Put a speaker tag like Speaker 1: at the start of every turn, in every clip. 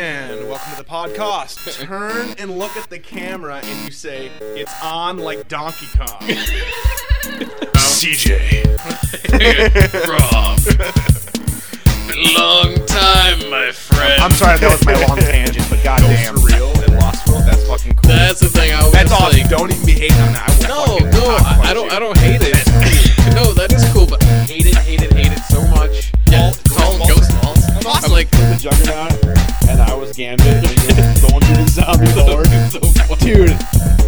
Speaker 1: welcome to the podcast. Turn and look at the camera and you say, it's on like Donkey Kong.
Speaker 2: CJ. Rob. Long time, my friend.
Speaker 3: I'm sorry that was my long tangent, but goddamn.
Speaker 1: Surreal and Lost World, that's fucking cool.
Speaker 2: That's the thing. I was
Speaker 1: That's awesome.
Speaker 2: like,
Speaker 1: don't even be hating on that. I will
Speaker 2: no,
Speaker 1: fucking
Speaker 2: no,
Speaker 1: cock
Speaker 2: I,
Speaker 1: punch
Speaker 2: I don't,
Speaker 1: you.
Speaker 2: I don't hate it. no, that is cool, but I hate it, hate it, hate it so much. Yeah, tall ghost walls. I'm like,
Speaker 4: the Juggernaut, and I was Gambit, and he was the one who did zombie lord. Dude,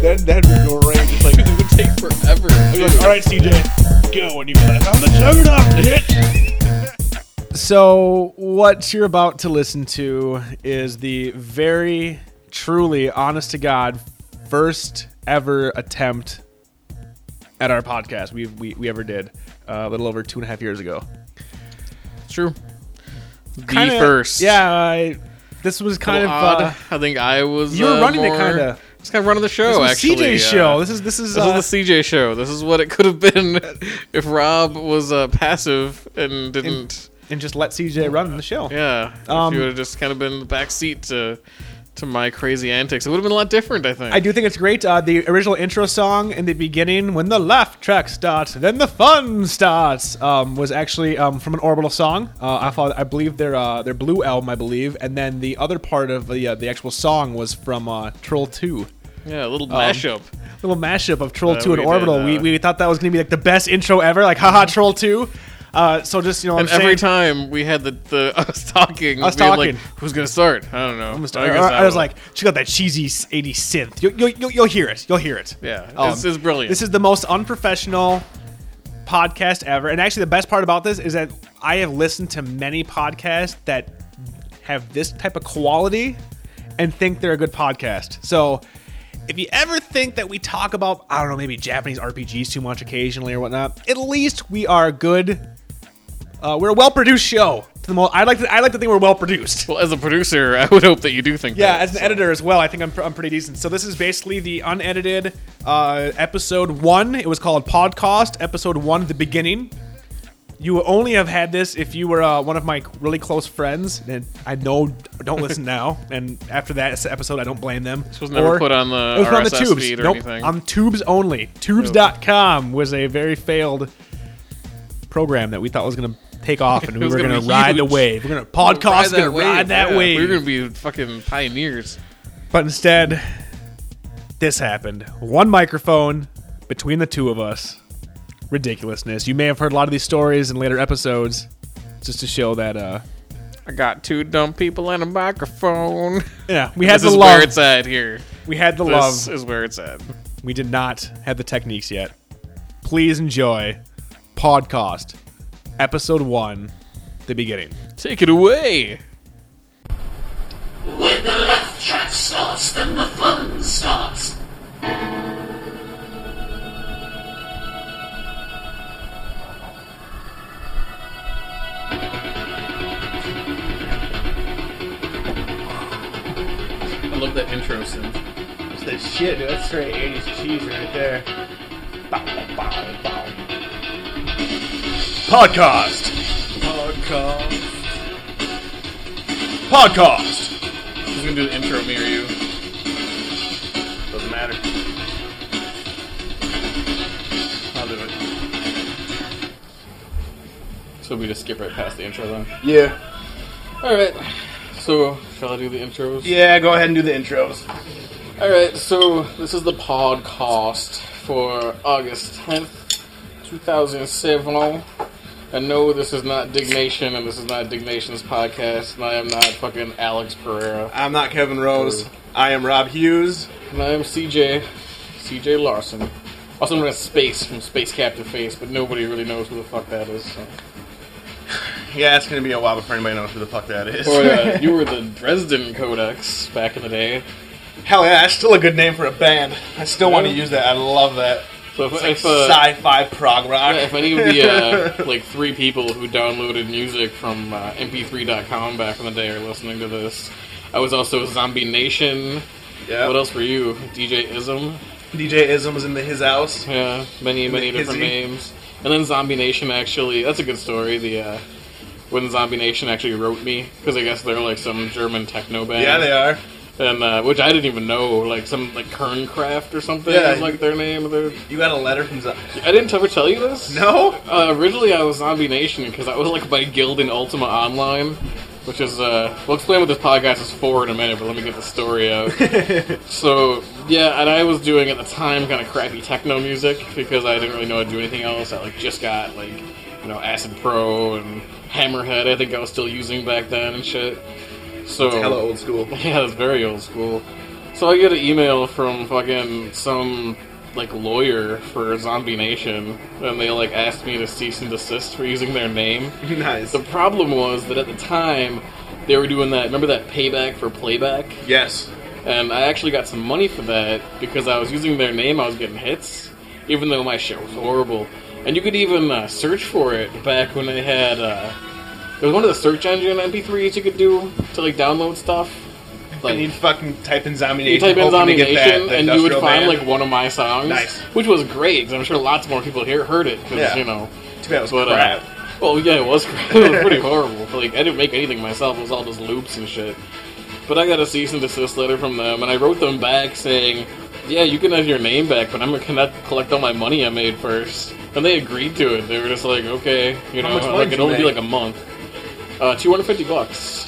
Speaker 4: that that'd be great. Just like,
Speaker 2: it would take forever.
Speaker 4: I'd be like, all right, CJ, go, and you'd be like, I'm the Juggernaut, bitch.
Speaker 1: So, what you're about to listen to is the very, truly, honest to God, first ever attempt at our podcast we we, we ever did uh, a little over two and a half years ago.
Speaker 2: True. The
Speaker 1: Kinda-
Speaker 2: first.
Speaker 1: Yeah, I, this was kind
Speaker 2: Little
Speaker 1: of
Speaker 2: odd.
Speaker 1: uh,
Speaker 2: I think I was.
Speaker 1: you were
Speaker 2: uh,
Speaker 1: running it
Speaker 2: more-
Speaker 1: kinda.
Speaker 2: Just kind of running the show,
Speaker 1: this was
Speaker 2: actually.
Speaker 1: CJ's
Speaker 2: uh,
Speaker 1: show. This is this is,
Speaker 2: This
Speaker 1: uh,
Speaker 2: is the CJ show. This is what it could have been if Rob was uh, passive and didn't.
Speaker 1: and just let CJ run the show.
Speaker 2: yeah, if
Speaker 1: Um,
Speaker 2: you would have just kind of been in the back seat to to my crazy antics, it would have been a lot different. I think.
Speaker 1: I do think it's great. Uh, the original intro song in the beginning, when the laugh track starts, then the fun starts, um, was actually um, from an Orbital song. Uh, I, thought, I believe their uh, their blue album, I believe, and then the other part of the uh, the actual song was from uh, Troll Two.
Speaker 2: yeah, a
Speaker 1: um,
Speaker 2: little mashup.
Speaker 1: Little mashup of Troll
Speaker 2: Uh,
Speaker 1: Two and
Speaker 2: we did,
Speaker 1: Orbital.
Speaker 2: uh,
Speaker 1: we, we thought that was gonna be like the best intro ever. Like, haha, Troll Two. Uh, so just you know, what
Speaker 2: And
Speaker 1: I'm
Speaker 2: every
Speaker 1: saying?
Speaker 2: time we had the, the us talking,
Speaker 1: Us
Speaker 2: being like,
Speaker 1: talking.
Speaker 2: who's gonna start? I don't know.
Speaker 1: I'm gonna
Speaker 2: I,
Speaker 1: start-
Speaker 2: guess
Speaker 1: I was
Speaker 2: will.
Speaker 1: like, she got that cheesy 80s synth. You, you, you, you'll hear it. You'll hear it.
Speaker 2: Yeah,
Speaker 1: Um,
Speaker 2: this is brilliant.
Speaker 1: This is the most unprofessional podcast ever. And actually, the best part about this is that I have listened to many podcasts that have this type of quality and think they're a good podcast. So if you ever think that we talk about, I don't know, maybe Japanese RPGs too much occasionally or whatnot, at least we are a good. Uh, we're a well-produced show. To the most, I like to I like to think we're well-produced.
Speaker 2: well, as a producer, I would hope that you do think.
Speaker 1: Yeah,
Speaker 2: that,
Speaker 1: as an
Speaker 2: so.
Speaker 1: editor as well, I think I'm, pr- I'm pretty decent. So this is basically the unedited uh, episode one. It was called Podcast Episode One, the beginning. You would only have had this if you were uh, one of my really close friends, and I know don't listen now. And after that episode, I don't blame them. This
Speaker 2: was never put on the
Speaker 1: it was put on the
Speaker 2: RSS
Speaker 1: tubes.
Speaker 2: feed or
Speaker 1: nope,
Speaker 2: anything.
Speaker 1: on tubes only. Tubes.com was a very failed program that we thought was going to take off, and
Speaker 2: It
Speaker 1: we
Speaker 2: was
Speaker 1: were
Speaker 2: gonna
Speaker 1: going
Speaker 2: be
Speaker 1: to ride the
Speaker 2: huge.
Speaker 1: wave. We're going to
Speaker 2: We'll
Speaker 1: podcast, going to ride that
Speaker 2: yeah.
Speaker 1: wave.
Speaker 2: We're gonna be fucking pioneers.
Speaker 1: But instead, this happened. One microphone between the two of us. Ridiculousness. You may have heard a lot of these stories in later episodes, just to show that, uh,
Speaker 2: I got two dumb people and a microphone.
Speaker 1: yeah, we had
Speaker 2: this
Speaker 1: the
Speaker 2: is
Speaker 1: love.
Speaker 2: where it's at here.
Speaker 1: We had the
Speaker 2: This
Speaker 1: love.
Speaker 2: is where it's at.
Speaker 1: We did not have the techniques yet. Please enjoy podcast episode one, the beginning.
Speaker 2: Take it away.
Speaker 5: When the laugh track starts, then the fun starts.
Speaker 2: I love that intro synth.
Speaker 6: It's that shit, dude. That's straight 80s cheese right there. Bow, bow, bow, bow.
Speaker 1: Podcast.
Speaker 6: Podcast.
Speaker 1: Podcast.
Speaker 2: Who's gonna do the intro? Me or you?
Speaker 6: Doesn't matter. I'll do it.
Speaker 2: So we just skip right past the intro then.
Speaker 6: Yeah.
Speaker 2: All right. So shall I do the intros?
Speaker 6: Yeah, go ahead and do the intros.
Speaker 2: All right. So this is the podcast for August tenth, two thousand seven. And no, this is not Dignation, and this is not Dignation's podcast, and I am not fucking Alex Pereira.
Speaker 1: I'm not Kevin Rose. I am Rob Hughes.
Speaker 2: And I'm CJ, CJ Larson. Also known as Space from Space Captain Face, but nobody really knows who the fuck that is. so.
Speaker 6: Yeah, it's gonna be a while before anybody knows who the fuck that is.
Speaker 2: Or uh, you were the Dresden Codex back in the day.
Speaker 6: Hell yeah, that's still a good name for a band. I still want to use that. I love that.
Speaker 2: So if,
Speaker 6: It's
Speaker 2: if,
Speaker 6: like
Speaker 2: uh,
Speaker 6: sci-fi prog rock.
Speaker 2: if any of the uh, like three people who downloaded music from uh, MP3.com back in the day are listening to this, I was also Zombie Nation.
Speaker 6: yeah.
Speaker 2: What else were you? DJ Ism.
Speaker 6: DJ Ism was in the his house.
Speaker 2: Yeah, many many different
Speaker 6: Izzy.
Speaker 2: names. And then Zombie Nation actually, that's a good story. The uh, when Zombie Nation actually wrote me because I guess they're like some German techno band.
Speaker 6: Yeah, they are.
Speaker 2: And uh, which I didn't even know, like some like Kerncraft or something
Speaker 6: Yeah.
Speaker 2: is like their name. They're-
Speaker 6: You got a letter from Zombie.
Speaker 2: I didn't ever tell you this.
Speaker 6: No?
Speaker 2: Uh, originally, I was Zombie Nation because I was like my guild in Ultima Online, which is uh, we'll explain what this podcast is for in a minute, but let me get the story out. so yeah, and I was doing at the time kind of crappy techno music because I didn't really know how to do anything else. I like just got like you know Acid Pro and Hammerhead. I think I was still using back then and shit. So
Speaker 6: Hella old school.
Speaker 2: yeah, it's very old school. So I get an email from fucking some like lawyer for Zombie Nation, and they like asked me to cease and desist for using their name.
Speaker 6: nice.
Speaker 2: The problem was that at the time they were doing that. Remember that payback for playback?
Speaker 6: Yes.
Speaker 2: And I actually got some money for that because I was using their name. I was getting hits, even though my shit was horrible. And you could even uh, search for it back when they had. Uh, there was one of the search engine MP3s you could do to like download stuff.
Speaker 6: And you'd fucking type in Zombie Nation.
Speaker 2: You type in
Speaker 6: hoping
Speaker 2: Zombie
Speaker 6: to get that-
Speaker 2: Nation,
Speaker 6: that
Speaker 2: and you would
Speaker 6: industrial
Speaker 2: find
Speaker 6: band.
Speaker 2: like one of my songs,
Speaker 6: Nice.
Speaker 2: which was great because I'm sure lots more people here heard it because
Speaker 6: Yeah.
Speaker 2: you know.
Speaker 6: Too bad it was
Speaker 2: But, uh,
Speaker 6: crap.
Speaker 2: well, yeah, it was crap. it was pretty horrible. Like I didn't make anything myself. It was all just loops and shit. But I got a cease and desist letter from them, and I wrote them back saying, "Yeah, you can have your name back, but I'm gonna connect, collect all my money I made first. And they agreed to it. They were just like, "Okay, you know,
Speaker 6: much money
Speaker 2: like
Speaker 6: did
Speaker 2: it
Speaker 6: you
Speaker 2: only be
Speaker 6: make?
Speaker 2: like a month, uh, 250 bucks."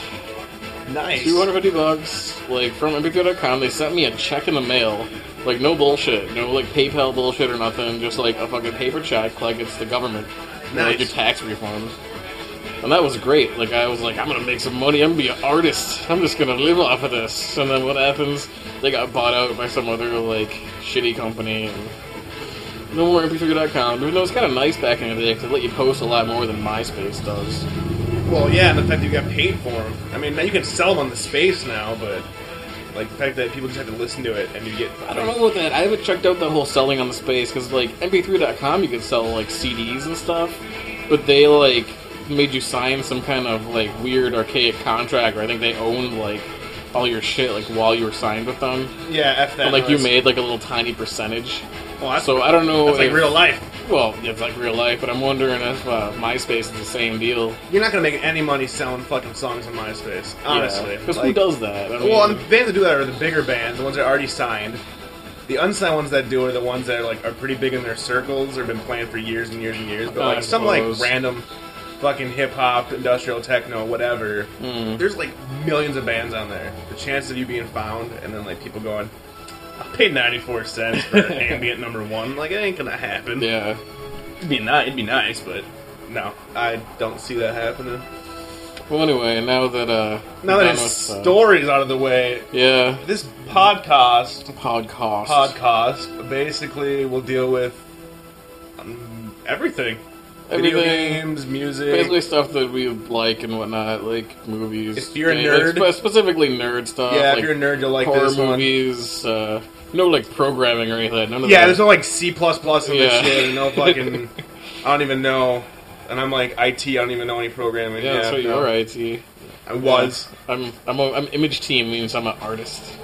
Speaker 6: nice.
Speaker 2: 250 bucks, like from mp3.com. They sent me a check in the mail, like no bullshit, no like PayPal bullshit or nothing, just like a fucking paper check, like it's the government, you know, like your
Speaker 6: Nice.
Speaker 2: tax refunds. And that was great. Like I was like, I'm gonna make some money. I'm gonna be an artist. I'm just gonna live off of this. And then what happens? They got bought out by some other like shitty company. And no more mp3.com. Even though it's kind of nice back in the day, 'cause it let you post a lot more than MySpace does.
Speaker 6: Well, yeah, and the fact that you got paid for them. I mean, now you can sell them on the space now, but like the fact that people just have to listen to it and you get.
Speaker 2: I don't know about that. I haven't checked out the whole selling on the space because, like, MP3.com, you could sell like CDs and stuff, but they like made you sign some kind of like weird archaic contract where I think they owned like all your shit like while you were signed with them,
Speaker 6: Yeah, f that.
Speaker 2: and like you
Speaker 6: noise.
Speaker 2: made like a little tiny percentage.
Speaker 6: Well, that's,
Speaker 2: So I don't know.
Speaker 6: that's like
Speaker 2: if-
Speaker 6: real life.
Speaker 2: Well, yeah, it's like real life, but I'm wondering if uh, MySpace is the same deal.
Speaker 6: You're not gonna make any money selling fucking songs on MySpace, honestly.
Speaker 2: because who
Speaker 6: Like-
Speaker 2: does that? I mean,
Speaker 6: Well, and the bands that do that are the bigger bands, the ones that are already signed. The unsigned ones that do are the ones that are like are pretty big in their circles or been playing for years and years and years. But
Speaker 2: I
Speaker 6: like some like
Speaker 2: suppose.
Speaker 6: random fucking hip hop, industrial techno, whatever. There's like millions of bands on there. The chance of you being found and then like people going, I paid ninety four cents for ambient number one. Like it ain't gonna happen.
Speaker 2: yeah.
Speaker 6: It'd be nice. It'd be nice, but no, I don't see that happening.
Speaker 2: Well, anyway, now that uh,
Speaker 6: Now that
Speaker 2: done
Speaker 6: his
Speaker 2: with, uh,
Speaker 6: story's out of the way,
Speaker 2: yeah,
Speaker 6: this podcast
Speaker 2: podcast,
Speaker 6: podcast basically will deal with um, everything. Video
Speaker 2: Everything.
Speaker 6: games, music.
Speaker 2: basically stuff that we like and whatnot, like movies.
Speaker 6: If you're a
Speaker 2: yeah, like,
Speaker 6: nerd-
Speaker 2: spe- specifically nerd stuff.
Speaker 6: yeah,
Speaker 2: like
Speaker 6: if you're a nerd, you'll like
Speaker 2: horror
Speaker 6: this one.
Speaker 2: movies. Uh, no, like programming or anything. None of
Speaker 6: Yeah,
Speaker 2: that.
Speaker 6: there's no like C plus plus in
Speaker 2: Yeah.
Speaker 6: this shit. and No fucking. I don't even know. And I'm like IT. I don't even know any programming.
Speaker 2: yeah,
Speaker 6: Yeah,
Speaker 2: that's what
Speaker 6: no.
Speaker 2: you're right. See,
Speaker 6: I was.
Speaker 2: I'm I'm a, I'm image team means I'm an artist.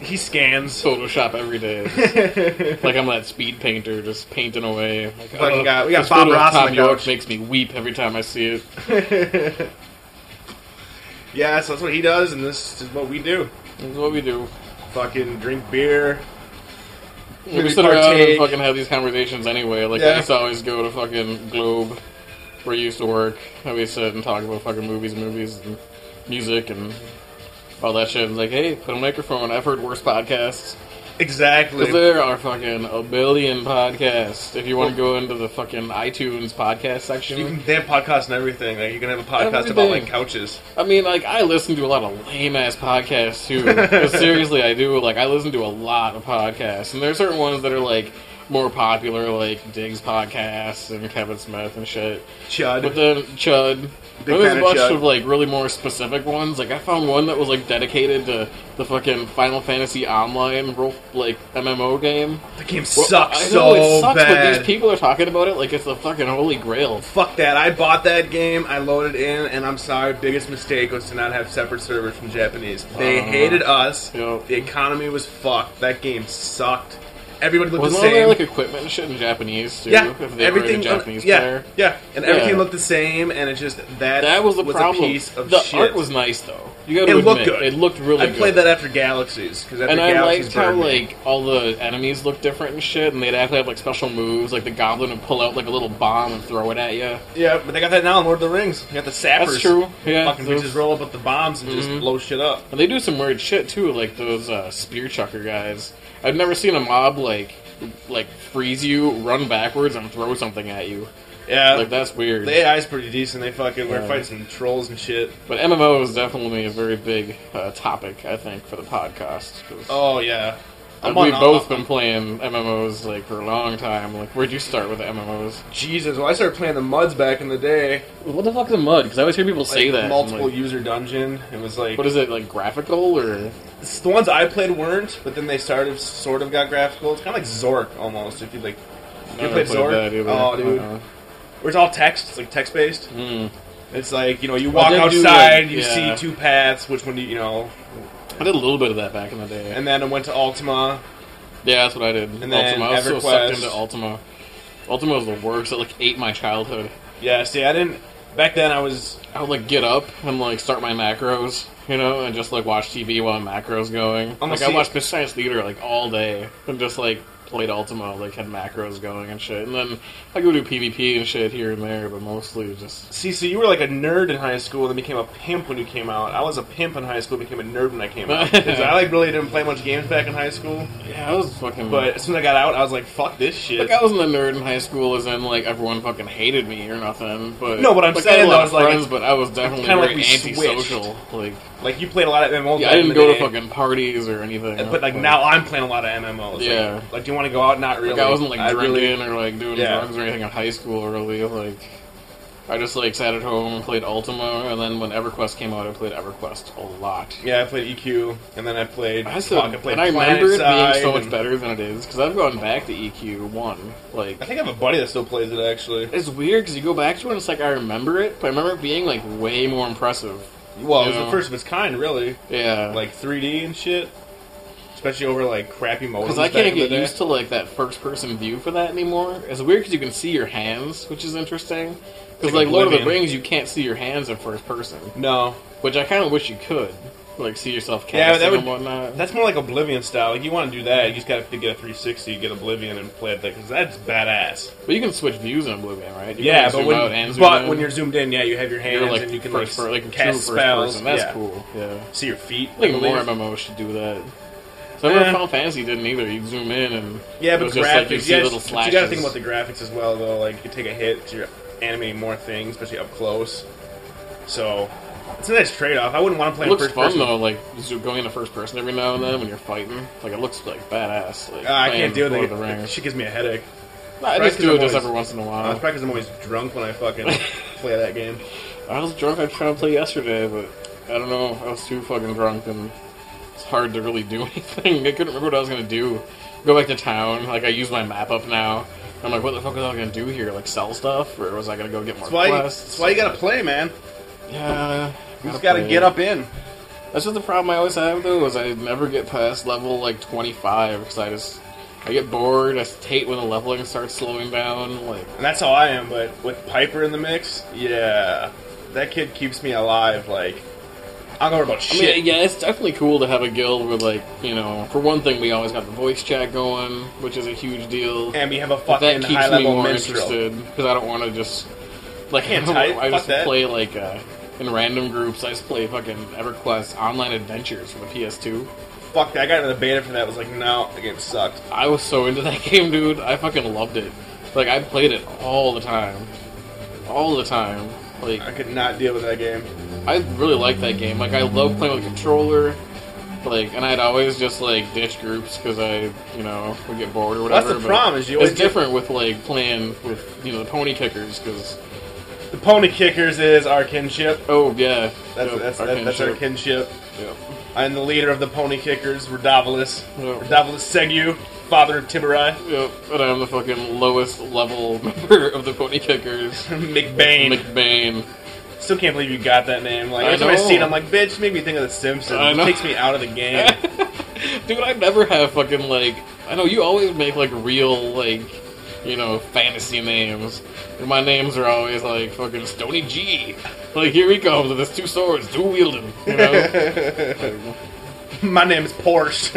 Speaker 6: He scans.
Speaker 2: Photoshop every day. like I'm that speed painter, just painting away. Like, uh,
Speaker 6: Fucking got- we got
Speaker 2: this
Speaker 6: Bob
Speaker 2: photo of
Speaker 6: Ross on
Speaker 2: Tom
Speaker 6: the
Speaker 2: York
Speaker 6: couch.
Speaker 2: makes me weep every time I see it.
Speaker 6: Yeah, so that's what he does, and this is what we do.
Speaker 2: That's what we do.
Speaker 6: Fucking drink beer.
Speaker 2: We
Speaker 6: Maybe
Speaker 2: sit around and
Speaker 6: partake.
Speaker 2: fucking have these conversations anyway. Like
Speaker 6: Yeah.
Speaker 2: I used to always go to fucking Globe, where I used to work. And we sit and talk about fucking movies, movies, and music, and all that shit. And like, hey, put a microphone. I've heard worse podcasts.
Speaker 6: Exactly.
Speaker 2: Because there are fucking a billion podcasts. If you want to go into the fucking iTunes podcast section,
Speaker 6: You can, they have podcasts and everything. Like you can have a podcast about
Speaker 2: Everything.
Speaker 6: like couches.
Speaker 2: I mean, like I listen to a lot of lame ass podcasts too. 'Cause seriously, I do. Like I listen to a lot of podcasts, and there's certain ones that are like more popular, like Diggs podcasts and Kevin Smith and shit.
Speaker 6: Chud.
Speaker 2: But then Chud.
Speaker 6: Big
Speaker 2: there's
Speaker 6: fan
Speaker 2: a
Speaker 6: of
Speaker 2: bunch
Speaker 6: Chud.
Speaker 2: of like really more specific ones. Like I found one that was like dedicated to the fucking Final Fantasy Online role, like MMO game.
Speaker 6: The game
Speaker 2: Well,
Speaker 6: sucks
Speaker 2: I
Speaker 6: so
Speaker 2: know it sucks,
Speaker 6: bad.
Speaker 2: But these people are talking about it like it's the fucking holy grail.
Speaker 6: Fuck that. I bought that game, I loaded in, and I'm sorry, biggest mistake was to not have separate servers
Speaker 5: Uh-huh.
Speaker 6: from Japanese. They hated us.
Speaker 2: yeah.
Speaker 6: The economy was fucked. That game sucked. everybody looked
Speaker 5: Wasn't
Speaker 6: the
Speaker 5: all there
Speaker 6: same.
Speaker 5: like equipment and shit in Japanese too?
Speaker 6: yeah,
Speaker 5: If they
Speaker 6: everything. um,
Speaker 5: were a Japanese
Speaker 6: yeah,
Speaker 5: player.
Speaker 6: yeah, and
Speaker 5: Yeah.
Speaker 6: everything looked the same, and it's just that
Speaker 5: That was the problem.
Speaker 6: a piece of
Speaker 5: the
Speaker 6: shit.
Speaker 5: art was nice though. You got
Speaker 6: It
Speaker 5: to admit,
Speaker 6: looked good.
Speaker 5: it looked really
Speaker 6: I
Speaker 5: good.
Speaker 6: played that after Galaxies because after
Speaker 5: and I
Speaker 6: Galaxies
Speaker 5: liked how
Speaker 6: burned me.
Speaker 5: like all the enemies looked different and shit, and they'd actually have like special moves, like the goblin would pull out like a little bomb and throw it at you.
Speaker 6: yeah, but they got that now in Lord of the Rings. You got the sappers.
Speaker 5: That's true. Yeah,
Speaker 6: fucking
Speaker 5: those- Mm-hmm.
Speaker 6: bitches roll up with the bombs and just blow shit up.
Speaker 5: And they do some weird shit too, like those uh, spear chucker guys. I've never seen a mob like like freeze you, run backwards, and throw something at you.
Speaker 6: Yeah,
Speaker 5: Like that's weird.
Speaker 6: the AI's pretty decent. They fucking we're
Speaker 5: Yeah.
Speaker 6: fighting some trolls and shit.
Speaker 5: But MMO is definitely a very big uh, topic, I think, for the podcast. 'cause-
Speaker 6: Oh yeah,
Speaker 5: And
Speaker 6: I'm
Speaker 5: we've
Speaker 6: on-
Speaker 5: both been playing MMOs like for a long time. Like, where'd you start with MMOs?
Speaker 6: Jesus, well I started playing the MUDs back in the day.
Speaker 5: What the fuck's a mud? Because I always hear people
Speaker 6: Like,
Speaker 5: say that. and,
Speaker 6: multiple
Speaker 5: like,
Speaker 6: user dungeon. It was like
Speaker 5: what is it like graphical or?
Speaker 6: it's the ones I played weren't, but then they started sort of got graphical. It's kind of like Zork almost. If you like, you
Speaker 5: I
Speaker 6: played
Speaker 5: played
Speaker 6: Zork?
Speaker 5: that either.
Speaker 6: Oh, dude.
Speaker 5: Uh-huh.
Speaker 6: where it's all text. It's like text based.
Speaker 5: Mm.
Speaker 6: It's like you know you walk
Speaker 5: did do,
Speaker 6: outside,
Speaker 5: like,
Speaker 6: you
Speaker 5: yeah.
Speaker 6: see two paths. Which one do you, you know?
Speaker 5: I did a little bit of that back in the day.
Speaker 6: And then I went to Ultima.
Speaker 5: yeah, that's what I did.
Speaker 6: And then
Speaker 5: Ultima. I was so sucked
Speaker 6: EverQuest.
Speaker 5: into Ultima. Ultima was the worst. It like ate my childhood.
Speaker 6: Yeah, see, I didn't. Back then, I was
Speaker 5: I would like get up and like start my macros, you know, and just like watch TV while my macros going.
Speaker 6: gonna
Speaker 5: like I
Speaker 6: see-
Speaker 5: watched Miss Science Theater like all day and just like played Ultima, like had macros going and shit. And then I go do PvP and shit here and there, but mostly just
Speaker 6: See, so you were like a nerd in high school, then became a pimp when you came out. I was a pimp in high school, became a nerd when I came out. 'Cause I like really didn't play much games back in high school,
Speaker 5: yeah, I was fucking.
Speaker 6: but as soon as I got out, I was like, "Fuck this shit."
Speaker 5: like I wasn't a nerd in high school, as in like everyone fucking hated me or nothing. But
Speaker 6: No, what I'm
Speaker 5: like,
Speaker 6: saying,
Speaker 5: I
Speaker 6: though,
Speaker 5: had
Speaker 6: is,
Speaker 5: a lot
Speaker 6: like,
Speaker 5: of friends, but I was definitely
Speaker 6: kinda like
Speaker 5: very
Speaker 6: we
Speaker 5: antisocial. Like
Speaker 6: Like you played a lot of MMOs.
Speaker 5: yeah,
Speaker 6: back
Speaker 5: I
Speaker 6: in
Speaker 5: didn't
Speaker 6: the
Speaker 5: go
Speaker 6: day,
Speaker 5: to fucking parties or anything.
Speaker 6: But like now, I'm playing a lot of MMOs.
Speaker 5: Yeah.
Speaker 6: Like, like, do you want to go out? Not really.
Speaker 5: Like, I wasn't like
Speaker 6: really-
Speaker 5: drinking or like doing
Speaker 6: Yeah.
Speaker 5: drugs or anything in high school. Really, like I just like sat at home and played Ultima, and then when EverQuest came out, I played EverQuest a lot.
Speaker 6: yeah, I played EQ, and then I played.
Speaker 5: I
Speaker 6: fuck,
Speaker 5: still,
Speaker 6: I played
Speaker 5: and I
Speaker 6: Planet
Speaker 5: remember it being
Speaker 6: Side,
Speaker 5: so much
Speaker 6: and-
Speaker 5: better than it is because I've gone back to EQ one.
Speaker 6: I
Speaker 5: Like
Speaker 6: think I have a buddy that still plays it actually.
Speaker 5: it's weird because you go back to it, and it's like I remember it, but I remember it being like way more impressive.
Speaker 6: Well, it was
Speaker 5: Yeah.
Speaker 6: the first of its kind, really.
Speaker 5: Yeah,
Speaker 6: Like 3D and shit, especially over like crappy modes.
Speaker 5: Because I can't get used to like that first person view for that anymore. It's weird because you can see your hands, which is interesting. Because
Speaker 6: Like
Speaker 5: like Lord of the
Speaker 6: Oblivion.
Speaker 5: Rings, you can't see your hands in first person,
Speaker 6: No,
Speaker 5: which I kind of wish you could. Like see yourself casting
Speaker 6: Yeah, but that would-
Speaker 5: and whatnot.
Speaker 6: That's more like Oblivion style. Like you want to do that, you just gotta get a 360, get Oblivion, and play it because that's badass.
Speaker 5: but you can switch views in Oblivion, right? You can,
Speaker 6: yeah,
Speaker 5: like,
Speaker 6: but
Speaker 5: zoom
Speaker 6: when
Speaker 5: out and zoom
Speaker 6: but
Speaker 5: in.
Speaker 6: when you're zoomed in, yeah, you have your hands
Speaker 5: You're, like
Speaker 6: and you can
Speaker 5: first,
Speaker 6: like,
Speaker 5: per- like
Speaker 6: cast
Speaker 5: true
Speaker 6: spells.
Speaker 5: First person. That's
Speaker 6: yeah.
Speaker 5: cool. Yeah,
Speaker 6: See your feet.
Speaker 5: I think
Speaker 6: I
Speaker 5: more
Speaker 6: believe.
Speaker 5: MMOs should do that. So I remember
Speaker 6: Eh.
Speaker 5: Final Fantasy didn't either. You zoom in and
Speaker 6: Yeah,
Speaker 5: it
Speaker 6: but
Speaker 5: was
Speaker 6: graphics.
Speaker 5: just like you see
Speaker 6: yes,
Speaker 5: little
Speaker 6: but
Speaker 5: slashes.
Speaker 6: you gotta think about the graphics as well, though. Like you take a hit, 'cause you're animating more things, especially up close. So it's a nice trade-off. I wouldn't want to play
Speaker 5: It
Speaker 6: in
Speaker 5: looks
Speaker 6: first
Speaker 5: fun
Speaker 6: person. Uh,
Speaker 5: though, like zo- going into first person every now and then when you're fighting. Like it looks like badass. Like,
Speaker 6: Uh, I
Speaker 5: playing
Speaker 6: can't deal
Speaker 5: Lord
Speaker 6: with
Speaker 5: of the
Speaker 6: it.
Speaker 5: Rings.
Speaker 6: She gives me a headache.
Speaker 5: No, I just
Speaker 6: Practice
Speaker 5: do it just
Speaker 6: always-
Speaker 5: every once in a
Speaker 6: Uh, it's
Speaker 5: while.
Speaker 6: probably 'cause I'm always drunk when I fucking play that game.
Speaker 5: I was drunk. I was trying to play yesterday, but I don't know. I was too fucking drunk, and it's hard to really do anything. I couldn't remember what I was gonna do. Go back to town. Like I use my map up now. I'm like, what the fuck was I gonna do here? Like sell stuff, or was I gonna go get more
Speaker 6: That's why.
Speaker 5: quests?
Speaker 6: That's why you gotta play, man.
Speaker 5: yeah,
Speaker 6: You just gotta get up in.
Speaker 5: That's just the problem I always have though, is I never get past level like 25 because I just I get bored. I hate when the leveling starts slowing down. Like
Speaker 6: And that's how I am, but with Piper in the mix, yeah. That kid keeps me alive, like I don't worry about
Speaker 5: I
Speaker 6: shit.
Speaker 5: mean, yeah, it's definitely cool to have a guild where like you know, for one thing, we always got the voice chat going, which is a huge deal.
Speaker 6: and we have a
Speaker 5: But that
Speaker 6: fucking high
Speaker 5: keeps me
Speaker 6: level
Speaker 5: more
Speaker 6: minstrel.
Speaker 5: interested because I don't want to just like
Speaker 6: Can't
Speaker 5: I,
Speaker 6: type, fuck
Speaker 5: just
Speaker 6: that.
Speaker 5: play like uh, in random groups. I just play fucking EverQuest Online Adventures for the PS2.
Speaker 6: Fuck that I got into the beta for that, was like, no, the game sucked.
Speaker 5: I was so into that game, dude. I fucking loved it. Like I played it all the time, all the time. Like
Speaker 6: I could not deal with that game.
Speaker 5: I really liked that game. Like I love playing with a controller. Like and I'd always just like ditch groups because I, you know, would get bored or
Speaker 6: that's
Speaker 5: whatever.
Speaker 6: the
Speaker 5: but
Speaker 6: problem, is you always
Speaker 5: it's
Speaker 6: get-
Speaker 5: different with like playing with you know the pony kickers because
Speaker 6: The pony kickers is our kinship.
Speaker 5: oh yeah,
Speaker 6: That's
Speaker 5: Yep,
Speaker 6: that's
Speaker 5: our
Speaker 6: that, that's our
Speaker 5: kinship.
Speaker 6: kinship.
Speaker 5: Yep.
Speaker 6: I'm the leader of the pony kickers, Redovalis.
Speaker 5: Yep.
Speaker 6: Redovalis Segu, father of Tiburai.
Speaker 5: Yep. And I'm the fucking lowest level member of the pony kickers,
Speaker 6: McBain.
Speaker 5: McBain.
Speaker 6: Still can't believe you got that name. Like
Speaker 5: I
Speaker 6: every time I
Speaker 5: know.
Speaker 6: see it, I'm like, bitch, make me think of the Simpsons.
Speaker 5: I
Speaker 6: It
Speaker 5: know.
Speaker 6: takes me out of the game.
Speaker 5: Dude, I never have fucking like I know you always make like real like you know fantasy names. And my names are always like fucking Stony G. Like here he comes with his two swords, dual wielding. You know.
Speaker 6: My name is Porsche.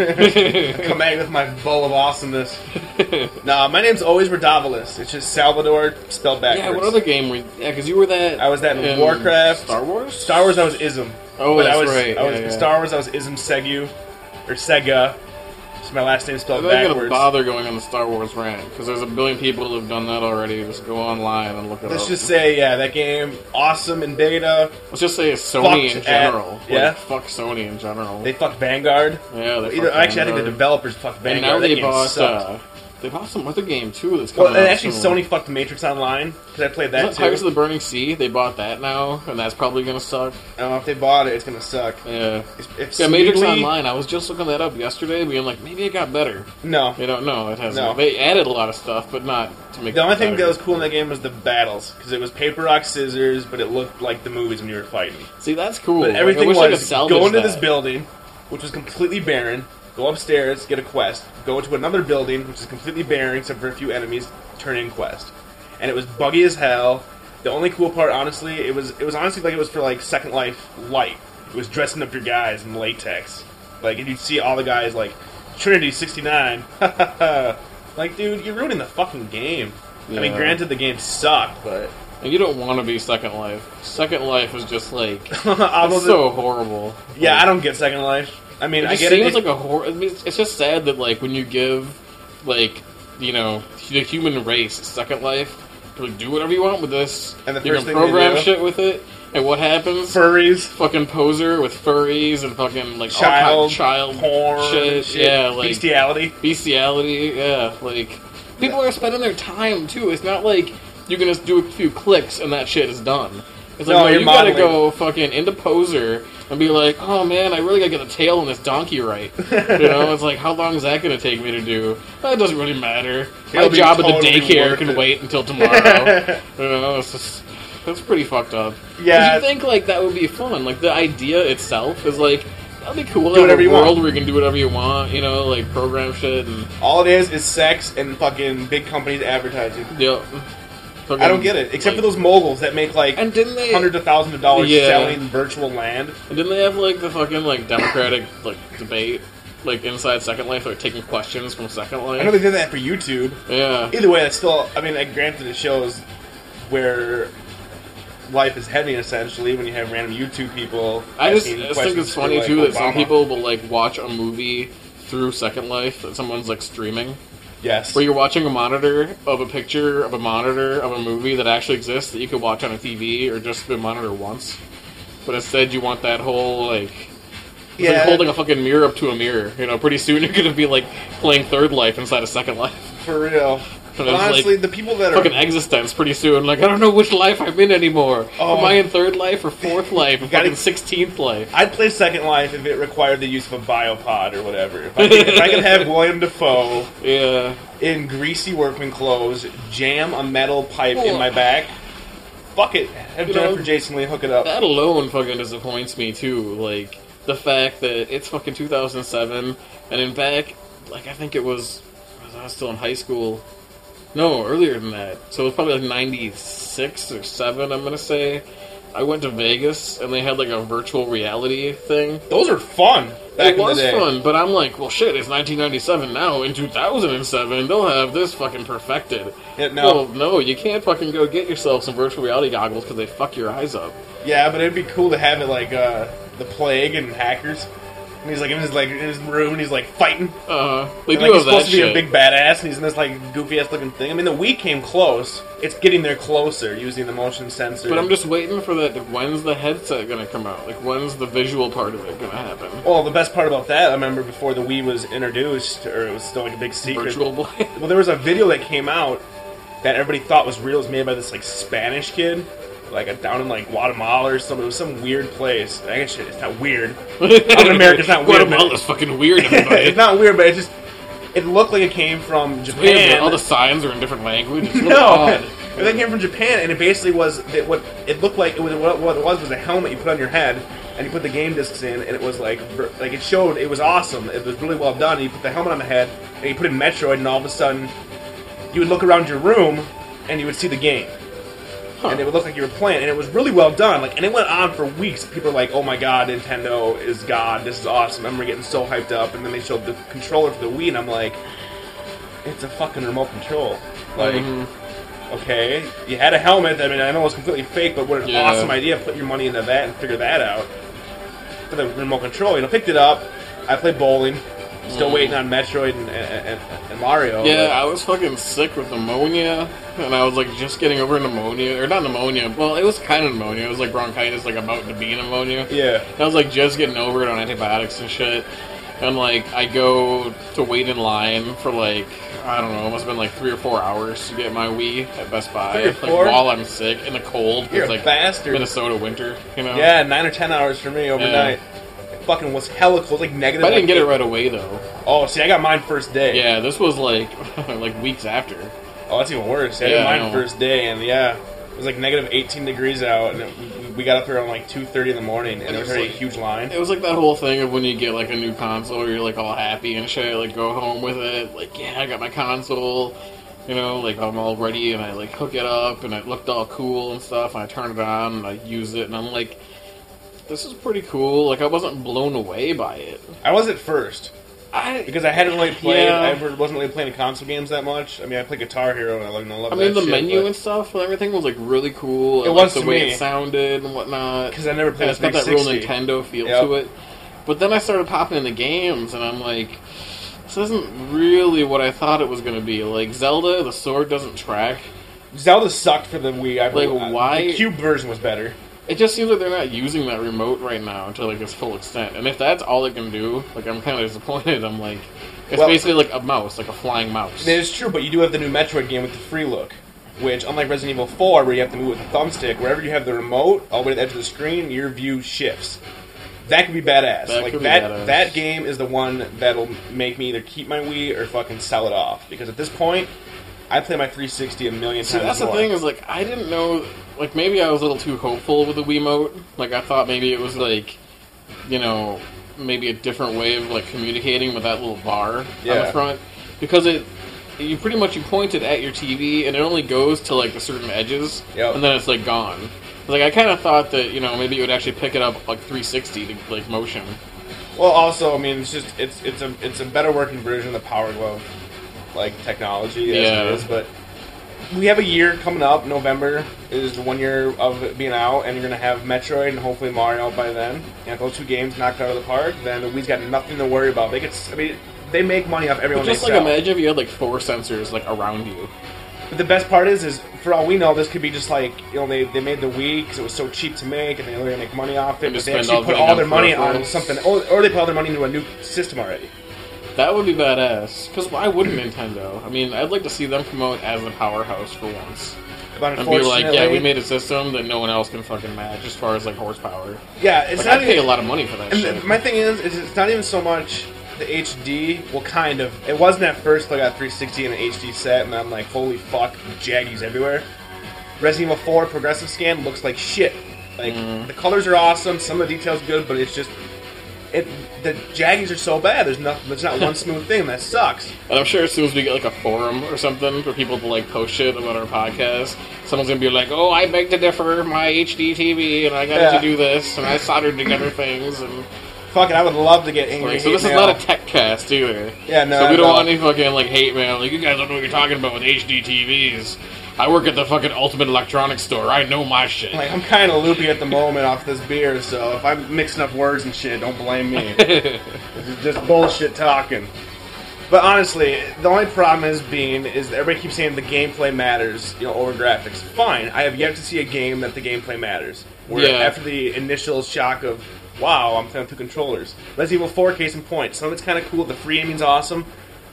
Speaker 6: Come at me with my bowl of awesomeness. Nah, my name's always Radavalis. It's just Salvador spelled backwards.
Speaker 5: yeah. What other game were? You, yeah, because you were that.
Speaker 6: I was that in Warcraft.
Speaker 5: Star Wars.
Speaker 6: Star Wars, I was Ism.
Speaker 5: Oh,
Speaker 6: But I
Speaker 5: that's
Speaker 6: was,
Speaker 5: right.
Speaker 6: I was,
Speaker 5: Yeah, yeah.
Speaker 6: Star Wars, I was Ism Segu, or Sega. So my last name
Speaker 5: I'm
Speaker 6: spelled
Speaker 5: not gonna
Speaker 6: backwards.
Speaker 5: bother going on the Star Wars rant because there's a billion people who have done that already. Just go online and look it
Speaker 6: Let's
Speaker 5: up.
Speaker 6: just say, yeah, that game awesome in beta.
Speaker 5: Let's just say it's Sony
Speaker 6: Fucked
Speaker 5: in
Speaker 6: at-
Speaker 5: general.
Speaker 6: yeah.
Speaker 5: Like, fuck Sony in general.
Speaker 6: They fucked Vanguard.
Speaker 5: yeah. They
Speaker 6: Either,
Speaker 5: fucked
Speaker 6: actually, I think the
Speaker 5: Vanguard.
Speaker 6: developers fucked
Speaker 5: And
Speaker 6: Vanguard.
Speaker 5: now
Speaker 6: that
Speaker 5: they
Speaker 6: game
Speaker 5: bought.
Speaker 6: sucked.
Speaker 5: Uh, they bought some other game too. That's coming
Speaker 6: well, and
Speaker 5: out
Speaker 6: actually,
Speaker 5: soon.
Speaker 6: Sony fucked Matrix Online because I played that
Speaker 5: Isn't Pirates
Speaker 6: too.
Speaker 5: of the Burning Sea. They bought that now, and that's probably gonna suck.
Speaker 6: Oh, if they bought it, it's gonna suck.
Speaker 5: Yeah.
Speaker 6: If, if
Speaker 5: Yeah, Matrix
Speaker 6: Smeagol-
Speaker 5: Online. I was just looking that up yesterday, being like, maybe it got better.
Speaker 6: No,
Speaker 5: You don't know. It hasn't.
Speaker 6: No.
Speaker 5: They added a lot of stuff, but not to make.
Speaker 6: The only
Speaker 5: it
Speaker 6: thing that
Speaker 5: better.
Speaker 6: was cool in that game was the battles because it was paper rock scissors, but it looked like the movies when you were fighting.
Speaker 5: see that's cool.
Speaker 6: But
Speaker 5: Like, I
Speaker 6: everything
Speaker 5: wish I could
Speaker 6: was
Speaker 5: salvage
Speaker 6: go into
Speaker 5: that.
Speaker 6: this building, which was completely barren. Go upstairs, get a quest. Go into another building, which is completely barren except for a few enemies. Turn in quest, and it was buggy as hell. The only cool part, honestly, it was it was honestly like it was for like Second Life light. It was dressing up your guys in latex, like and you'd see all the guys like Trinity sixty nine. like, dude, you're ruining the fucking game. I mean,
Speaker 5: Yeah.
Speaker 6: granted, the game sucked, but
Speaker 5: And you don't want to be Second Life. Second Life is just like
Speaker 6: I
Speaker 5: it's
Speaker 6: was
Speaker 5: so horrible.
Speaker 6: yeah, I don't get Second Life. I mean,
Speaker 5: It
Speaker 6: I
Speaker 5: just
Speaker 6: get
Speaker 5: seems
Speaker 6: it.
Speaker 5: like a horror. I mean, it's- it's just sad that like when you give like you know the human race Second Life, to like do whatever you want with this,
Speaker 6: And the
Speaker 5: you
Speaker 6: first
Speaker 5: can
Speaker 6: thing they
Speaker 5: program
Speaker 6: do-
Speaker 5: shit with it, and what happens?
Speaker 6: furries.
Speaker 5: fucking poser with furries and fucking like all kind of
Speaker 6: child,
Speaker 5: child
Speaker 6: porn,
Speaker 5: shit. yeah, like
Speaker 6: bestiality.
Speaker 5: bestiality, yeah, like people are spending their time too. It's not like you can just do a few clicks and that shit is done. It's like
Speaker 6: No,
Speaker 5: no,
Speaker 6: you're
Speaker 5: you gotta
Speaker 6: modeling.
Speaker 5: go fucking into poser and be like, oh man, I really gotta get the tail on this donkey right. You know, it's like how long is that gonna take me to do? That doesn't really matter.
Speaker 6: It'll
Speaker 5: My
Speaker 6: be
Speaker 5: job at the
Speaker 6: totally
Speaker 5: daycare
Speaker 6: worth
Speaker 5: can
Speaker 6: it.
Speaker 5: wait until tomorrow. you know, it's just that's pretty fucked up. 'Cause
Speaker 6: Yeah.
Speaker 5: you think like that would be fun. Like the idea itself is like that'd be cool.
Speaker 6: Do whatever
Speaker 5: have a
Speaker 6: you want.
Speaker 5: world where you can do whatever you want. You know, like program shit and
Speaker 6: All it is is sex and fucking big companies advertising.
Speaker 5: yeah.
Speaker 6: I don't get it, except for those moguls that make like
Speaker 5: And didn't they?
Speaker 6: hundreds of thousands of dollars
Speaker 5: Yeah.
Speaker 6: selling virtual land.
Speaker 5: Didn't they have like the fucking like democratic like debate like inside Second Life, like taking questions from Second
Speaker 6: I know they
Speaker 5: Life?
Speaker 6: did that for YouTube.
Speaker 5: Yeah.
Speaker 6: Either way, that's still. I mean, like, granted, it shows where life is heading essentially when you have random YouTube people.
Speaker 5: I just,
Speaker 6: asking
Speaker 5: I just think
Speaker 6: questions
Speaker 5: it's
Speaker 6: for,
Speaker 5: funny
Speaker 6: like,
Speaker 5: too that some
Speaker 6: Obama.
Speaker 5: people will like watch a movie through Second Life that someone's like streaming.
Speaker 6: Yes.
Speaker 5: Where you're watching a monitor of a picture of a monitor of a movie that actually exists that you could watch on a TV or just the monitor once. But instead, you want that whole like. It's like
Speaker 6: Yeah.
Speaker 5: holding a fucking mirror up to a mirror. You know, pretty soon you're gonna be like playing Third Life inside of Second Life.
Speaker 6: for real.
Speaker 5: And it's
Speaker 6: Honestly,
Speaker 5: like-
Speaker 6: the people that
Speaker 5: Fucking
Speaker 6: are
Speaker 5: existence pretty soon. Like, I don't know which life I'm in anymore.
Speaker 6: Oh.
Speaker 5: Am I in Third Life or Fourth Life or
Speaker 6: Gotta-
Speaker 5: fucking Sixteenth Life?
Speaker 6: I'd play Second Life if it required the use of a biopod or whatever. If I could, if I could have William Defoe
Speaker 5: Yeah.
Speaker 6: in greasy workman clothes jam a metal pipe in my back, fuck it. Have
Speaker 5: You know,
Speaker 6: Jennifer Jason Lee hook it up.
Speaker 5: That alone fucking disappoints me too. Like the fact that it's fucking 2007, and in fact, like I think it was, was I was still in high school. No, earlier than that. So it was probably like 96 or 7, I'm gonna say. I went to Vegas and they had like a virtual reality thing.
Speaker 6: Those are fun back
Speaker 5: it was
Speaker 6: in the day.
Speaker 5: fun, but I'm like, well, shit, it's 1997 now. In 2007, they'll have this fucking perfected.
Speaker 6: Yeah, no.
Speaker 5: Well, no, you can't fucking go get yourself some virtual reality goggles because they fuck your eyes up.
Speaker 6: Yeah, but it'd be cool to have it like uh, the plague and hackers. And he's like in his like in his room, and he's like fighting.
Speaker 5: Uh, they
Speaker 6: And,
Speaker 5: do have
Speaker 6: like, he's
Speaker 5: that
Speaker 6: supposed to be
Speaker 5: shit.
Speaker 6: a big badass, and he's in this like goofy ass looking thing. I mean, the Wii came close. It's getting there closer using the motion sensor.
Speaker 5: But I'm just waiting for that. When's the headset gonna come out? Like, when's the visual part of it gonna happen?
Speaker 6: Well, the best part about that, I remember before the Wii was introduced, or it was still like a big secret.
Speaker 5: Virtual Boy.
Speaker 6: Well, there was a video that came out that everybody thought was real. It was made by this like Spanish kid, like uh, down in like Guatemala or something. It was some weird place. I guess shit, it's not weird. I'm in America. It's not weird. but-
Speaker 5: Guatemala's fucking weird. Everybody.
Speaker 6: it's not weird, but it just it looked like it came from
Speaker 5: It's weird,
Speaker 6: Japan.
Speaker 5: but all the signs are in different languages. It's really
Speaker 6: no,
Speaker 5: odd.
Speaker 6: it it came from Japan, and it basically was that what it looked like. It was what, what it was was a helmet you put on your head, and you put the game discs in, and it was like, ver- like it showed it was awesome. It was really well done. And you put the helmet on the head, and you put in Metroid, and all of a sudden, you would look around your room, and you would see the game, and it would look like you were playing, and it was really well done. Like, and it went on for weeks. People were like, "Oh my god, Nintendo is god. This is awesome." I remember getting so hyped up, and then they showed the controller for the Wii, and I'm like, "It's a fucking remote control." Like
Speaker 5: Mm-hmm.
Speaker 6: okay, you had a helmet. I mean, I know it was completely fake, but what an
Speaker 5: Yeah.
Speaker 6: awesome idea! Put your money into that and figure that out. For the remote control, you know, picked it up. I played bowling. Still waiting on Metroid and, and, and, and Mario.
Speaker 5: Mm. Yeah, I was fucking sick with pneumonia, and I was like just getting over pneumonia, or not pneumonia. Well, it was kind of pneumonia. It was like bronchitis, like about to be pneumonia.
Speaker 6: but- yeah.
Speaker 5: I was like just getting over it on antibiotics and shit. And like I go to wait in line for like I don't know, it must have been like three or four hours to get my Wii at Best Buy.
Speaker 6: Three or
Speaker 5: like
Speaker 6: four?
Speaker 5: while I'm sick in the cold,
Speaker 6: You're a
Speaker 5: it's like
Speaker 6: bastard.
Speaker 5: Minnesota winter, you know.
Speaker 6: Yeah, nine or ten hours for me overnight. It fucking was hella cold, like negative.
Speaker 5: But I didn't
Speaker 6: like,
Speaker 5: get it
Speaker 6: eight-
Speaker 5: right away though.
Speaker 6: Oh, see, I got mine first day.
Speaker 5: Yeah, this was like like weeks after.
Speaker 6: Oh, that's even worse. I
Speaker 5: Yeah, I
Speaker 6: did
Speaker 5: know.
Speaker 6: mine first day, and yeah, it was like negative 18 degrees out, and it, we- we got up there around like 2:30 in the morning, and there was already a huge line.
Speaker 5: It was like that whole thing of when you get like a new console, you're like all happy and shit, like go home with it, like yeah, I got my console, you know, like I'm all ready and I like hook it up and it looked all cool and stuff, and I turn it on and I use it and I'm like, this is pretty cool. Like I wasn't blown away by it.
Speaker 6: I was at first
Speaker 5: I,
Speaker 6: because I hadn't really played.
Speaker 5: Yeah.
Speaker 6: I ever- wasn't really playing console games that much. I mean, I play Guitar Hero, and I love, and I love
Speaker 5: I mean
Speaker 6: that
Speaker 5: the
Speaker 6: shit,
Speaker 5: menu
Speaker 6: but-
Speaker 5: and stuff and everything was like really cool.
Speaker 6: It
Speaker 5: and,
Speaker 6: was
Speaker 5: like, the
Speaker 6: to
Speaker 5: way
Speaker 6: me.
Speaker 5: it sounded and whatnot.
Speaker 6: 'Cause I never played
Speaker 5: and it's got that real
Speaker 6: 360.
Speaker 5: Nintendo feel
Speaker 6: Yep.
Speaker 5: to it. But then I started popping into games, and I'm like, this isn't really what I thought it was going to be. Like Zelda, the sword doesn't track.
Speaker 6: Zelda sucked for the Wii. I
Speaker 5: Like,
Speaker 6: I-
Speaker 5: why-
Speaker 6: The Cube version was better.
Speaker 5: It just seems like they're not using that remote right now to like its full extent. And if that's all it can do, like I'm kind of disappointed. I'm like, it's
Speaker 6: Well-
Speaker 5: basically like a mouse, like a flying mouse.
Speaker 6: That is true, but you do have the new Metroid game with the free look, which, unlike Resident Evil 4, where you have to move with the thumbstick, wherever you have the remote, all the way to the edge of the screen, your view shifts. That could be badass.
Speaker 5: That
Speaker 6: like
Speaker 5: could be
Speaker 6: that,
Speaker 5: badass.
Speaker 6: that game is the one that'll make me either keep my Wii or fucking sell it off. Because at this point, I play my 360 a million
Speaker 5: See,
Speaker 6: times.
Speaker 5: that's the
Speaker 6: more.
Speaker 5: thing is like I didn't know. Like maybe I was a little too hopeful with the Wiimote. Like I thought maybe it was like, you know, maybe a different way of like communicating with that little bar on the
Speaker 6: Yeah.
Speaker 5: front because it. You pretty much you point it at your TV and it only goes to like the certain edges
Speaker 6: Yep.
Speaker 5: and then it's like gone. Like I kind of thought that you know maybe it would actually pick it up like 360 to, like motion.
Speaker 6: Well, also, I mean, it's just it's it's a it's a better working version of the Power Glove like technology as
Speaker 5: Yeah.
Speaker 6: it is, but we have a year coming up. November is the one year of it being out, and you're gonna have Metroid and hopefully Mario by then. And if those two games knocked out of the park, then the Wii's got nothing to worry about. They could, s- I mean, they make money off everyone.
Speaker 5: Just
Speaker 6: they
Speaker 5: like
Speaker 6: sell.
Speaker 5: imagine if you had like four sensors like around you.
Speaker 6: But the best part is, is for all we know, this could be just like you know they, they made the Wii because it was so cheap to make, and they were gonna make money off it.
Speaker 5: And
Speaker 6: But
Speaker 5: just
Speaker 6: they
Speaker 5: spend
Speaker 6: actually
Speaker 5: all the
Speaker 6: put
Speaker 5: money
Speaker 6: all
Speaker 5: on
Speaker 6: their money on
Speaker 5: peripherals.
Speaker 6: something, or, or they put all their money into a new system already.
Speaker 5: That would be badass. Because why wouldn't Nintendo? I mean, I'd like to see them promote as a powerhouse for once.
Speaker 6: But
Speaker 5: And be
Speaker 6: unfortunately,
Speaker 5: like, yeah, we made a system that no one else can fucking match as far as like horsepower.
Speaker 6: Yeah,
Speaker 5: Like,
Speaker 6: it's not
Speaker 5: I'd pay a
Speaker 6: even.
Speaker 5: lot of money for that
Speaker 6: And
Speaker 5: shit.
Speaker 6: th- my thing is, is it's not even so much the HD. Well, kind of. It wasn't at first. till I got 360 and an HD set, and I'm like, holy fuck, jaggies everywhere. Resident Evil 4 progressive scan looks like shit. Like
Speaker 5: Mm.
Speaker 6: the colors are awesome, some of the details good, but it's just it. The jaggies are so bad. There's nothing. There's not one smooth thing. That sucks.
Speaker 5: and I'm sure as soon as we get like a forum or something for people to like post shit about our podcast, someone's gonna be like, oh, I beg to differ, my HD TV, and I got
Speaker 6: Yeah.
Speaker 5: to do this, and I soldered together things, and
Speaker 6: Fuck it. I would love to get angry.
Speaker 5: like, so
Speaker 6: hate
Speaker 5: this is
Speaker 6: mail.
Speaker 5: not a tech cast either.
Speaker 6: Yeah, no,
Speaker 5: So we don't
Speaker 6: no.
Speaker 5: want any fucking like hate mail. Like you guys don't know what you're talking about with HD TVs. I work at the fucking Ultimate Electronics Store. I know my shit.
Speaker 6: Like I'm kind of loopy at the moment off this beer, so if I'm mixing up words and shit, don't blame me. this is just bullshit talking. But honestly, the only problem is being is that everybody keeps saying the gameplay matters, you know, over graphics. Fine, I have yet to see a game that the gameplay matters. Where
Speaker 5: Yeah.
Speaker 6: after the initial shock of wow, I'm playing with two controllers. Resident Evil 4 case in point. Some of it's kind of cool. The free aiming's awesome.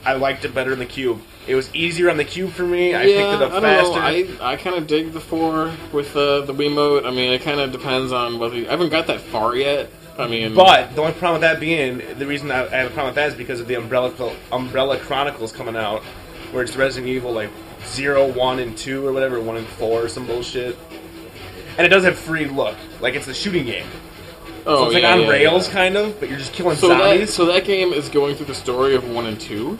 Speaker 6: I liked it better in the cube. It was easier on the cube for me. I
Speaker 5: yeah,
Speaker 6: picked it up
Speaker 5: I don't
Speaker 6: faster.
Speaker 5: know. I, I kind of dig the four with the the Wiimote. I mean, it kind of depends on whether you, I haven't got that far yet. I mean,
Speaker 6: But the only problem with that being the reason I, I have a problem with that is because of the Umbrella Umbrella Chronicles coming out, where it's Resident Evil like zero, one, and two or whatever, one and four or some bullshit. And it does have free look, like it's a shooting game.
Speaker 5: Oh,
Speaker 6: so it's like
Speaker 5: yeah,
Speaker 6: on
Speaker 5: yeah,
Speaker 6: rails,
Speaker 5: yeah.
Speaker 6: kind of, but you're just killing
Speaker 5: So that,
Speaker 6: zombies
Speaker 5: so that game is going through the story of one and two.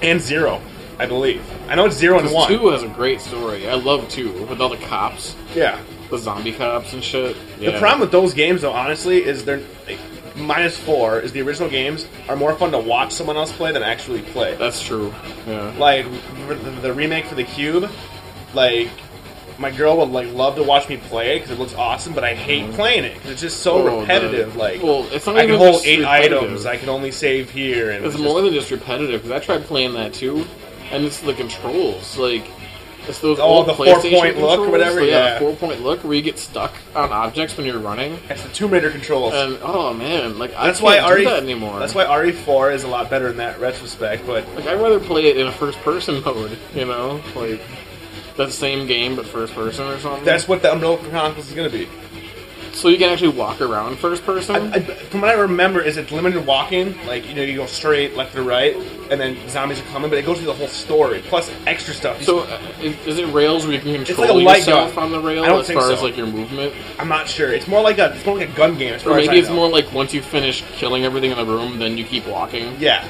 Speaker 6: and zero, I believe. I know it's zero and
Speaker 5: Because
Speaker 6: one.
Speaker 5: two has a great story. I love two with all the cops,
Speaker 6: Yeah.
Speaker 5: the zombie cops and shit.
Speaker 6: The
Speaker 5: Yeah.
Speaker 6: problem with those games, though, honestly, is they're like, minus four. Is the original games are more fun to watch someone else play than actually play.
Speaker 5: That's true. Yeah.
Speaker 6: like r- the- the remake for the cube like my girl would like love to watch me play it because it looks awesome but i hate playing it because it's just so
Speaker 5: Mm-hmm. Oh,
Speaker 6: repetitive
Speaker 5: the-
Speaker 6: like
Speaker 5: well, it's not
Speaker 6: i can
Speaker 5: even
Speaker 6: hold
Speaker 5: just
Speaker 6: eight
Speaker 5: repetitive.
Speaker 6: items i can only save here and
Speaker 5: It's
Speaker 6: it's
Speaker 5: more than just repetitive because I tried playing that too, and it's the controls like it's those
Speaker 6: Oh,
Speaker 5: old
Speaker 6: the
Speaker 5: PlayStation
Speaker 6: four-point look or
Speaker 5: controls.
Speaker 6: whatever? Yeah.
Speaker 5: the four point look where you get stuck on objects when you're running.
Speaker 6: just- it's the tomb raider controls
Speaker 5: And oh man, like
Speaker 6: that's
Speaker 5: I can't
Speaker 6: why
Speaker 5: do
Speaker 6: re
Speaker 5: that anymore.
Speaker 6: that's why re4 is a lot better in that retrospect but
Speaker 5: Like I'd rather play it in a first person mode, you know? Like that same game but first person or something.
Speaker 6: that's what the umbrella chronicles is going to be
Speaker 5: so you can actually walk around first person.
Speaker 6: I, from what I remember, is it's limited walking. Like you know, you go straight left to right, and then zombies are coming. But it goes through the whole story, plus extra stuff. You
Speaker 5: so uh, is, is it rails where you can
Speaker 6: like
Speaker 5: control
Speaker 6: a light
Speaker 5: yourself
Speaker 6: gun.
Speaker 5: on the rail
Speaker 6: I don't
Speaker 5: as
Speaker 6: think
Speaker 5: far as
Speaker 6: so.
Speaker 5: like your movement?
Speaker 6: I'm not sure. It's more like a it's more like a gun game. as
Speaker 5: Or
Speaker 6: far as
Speaker 5: maybe
Speaker 6: I
Speaker 5: it's
Speaker 6: know.
Speaker 5: more like once you finish killing everything in the room, then you keep walking.
Speaker 6: yeah.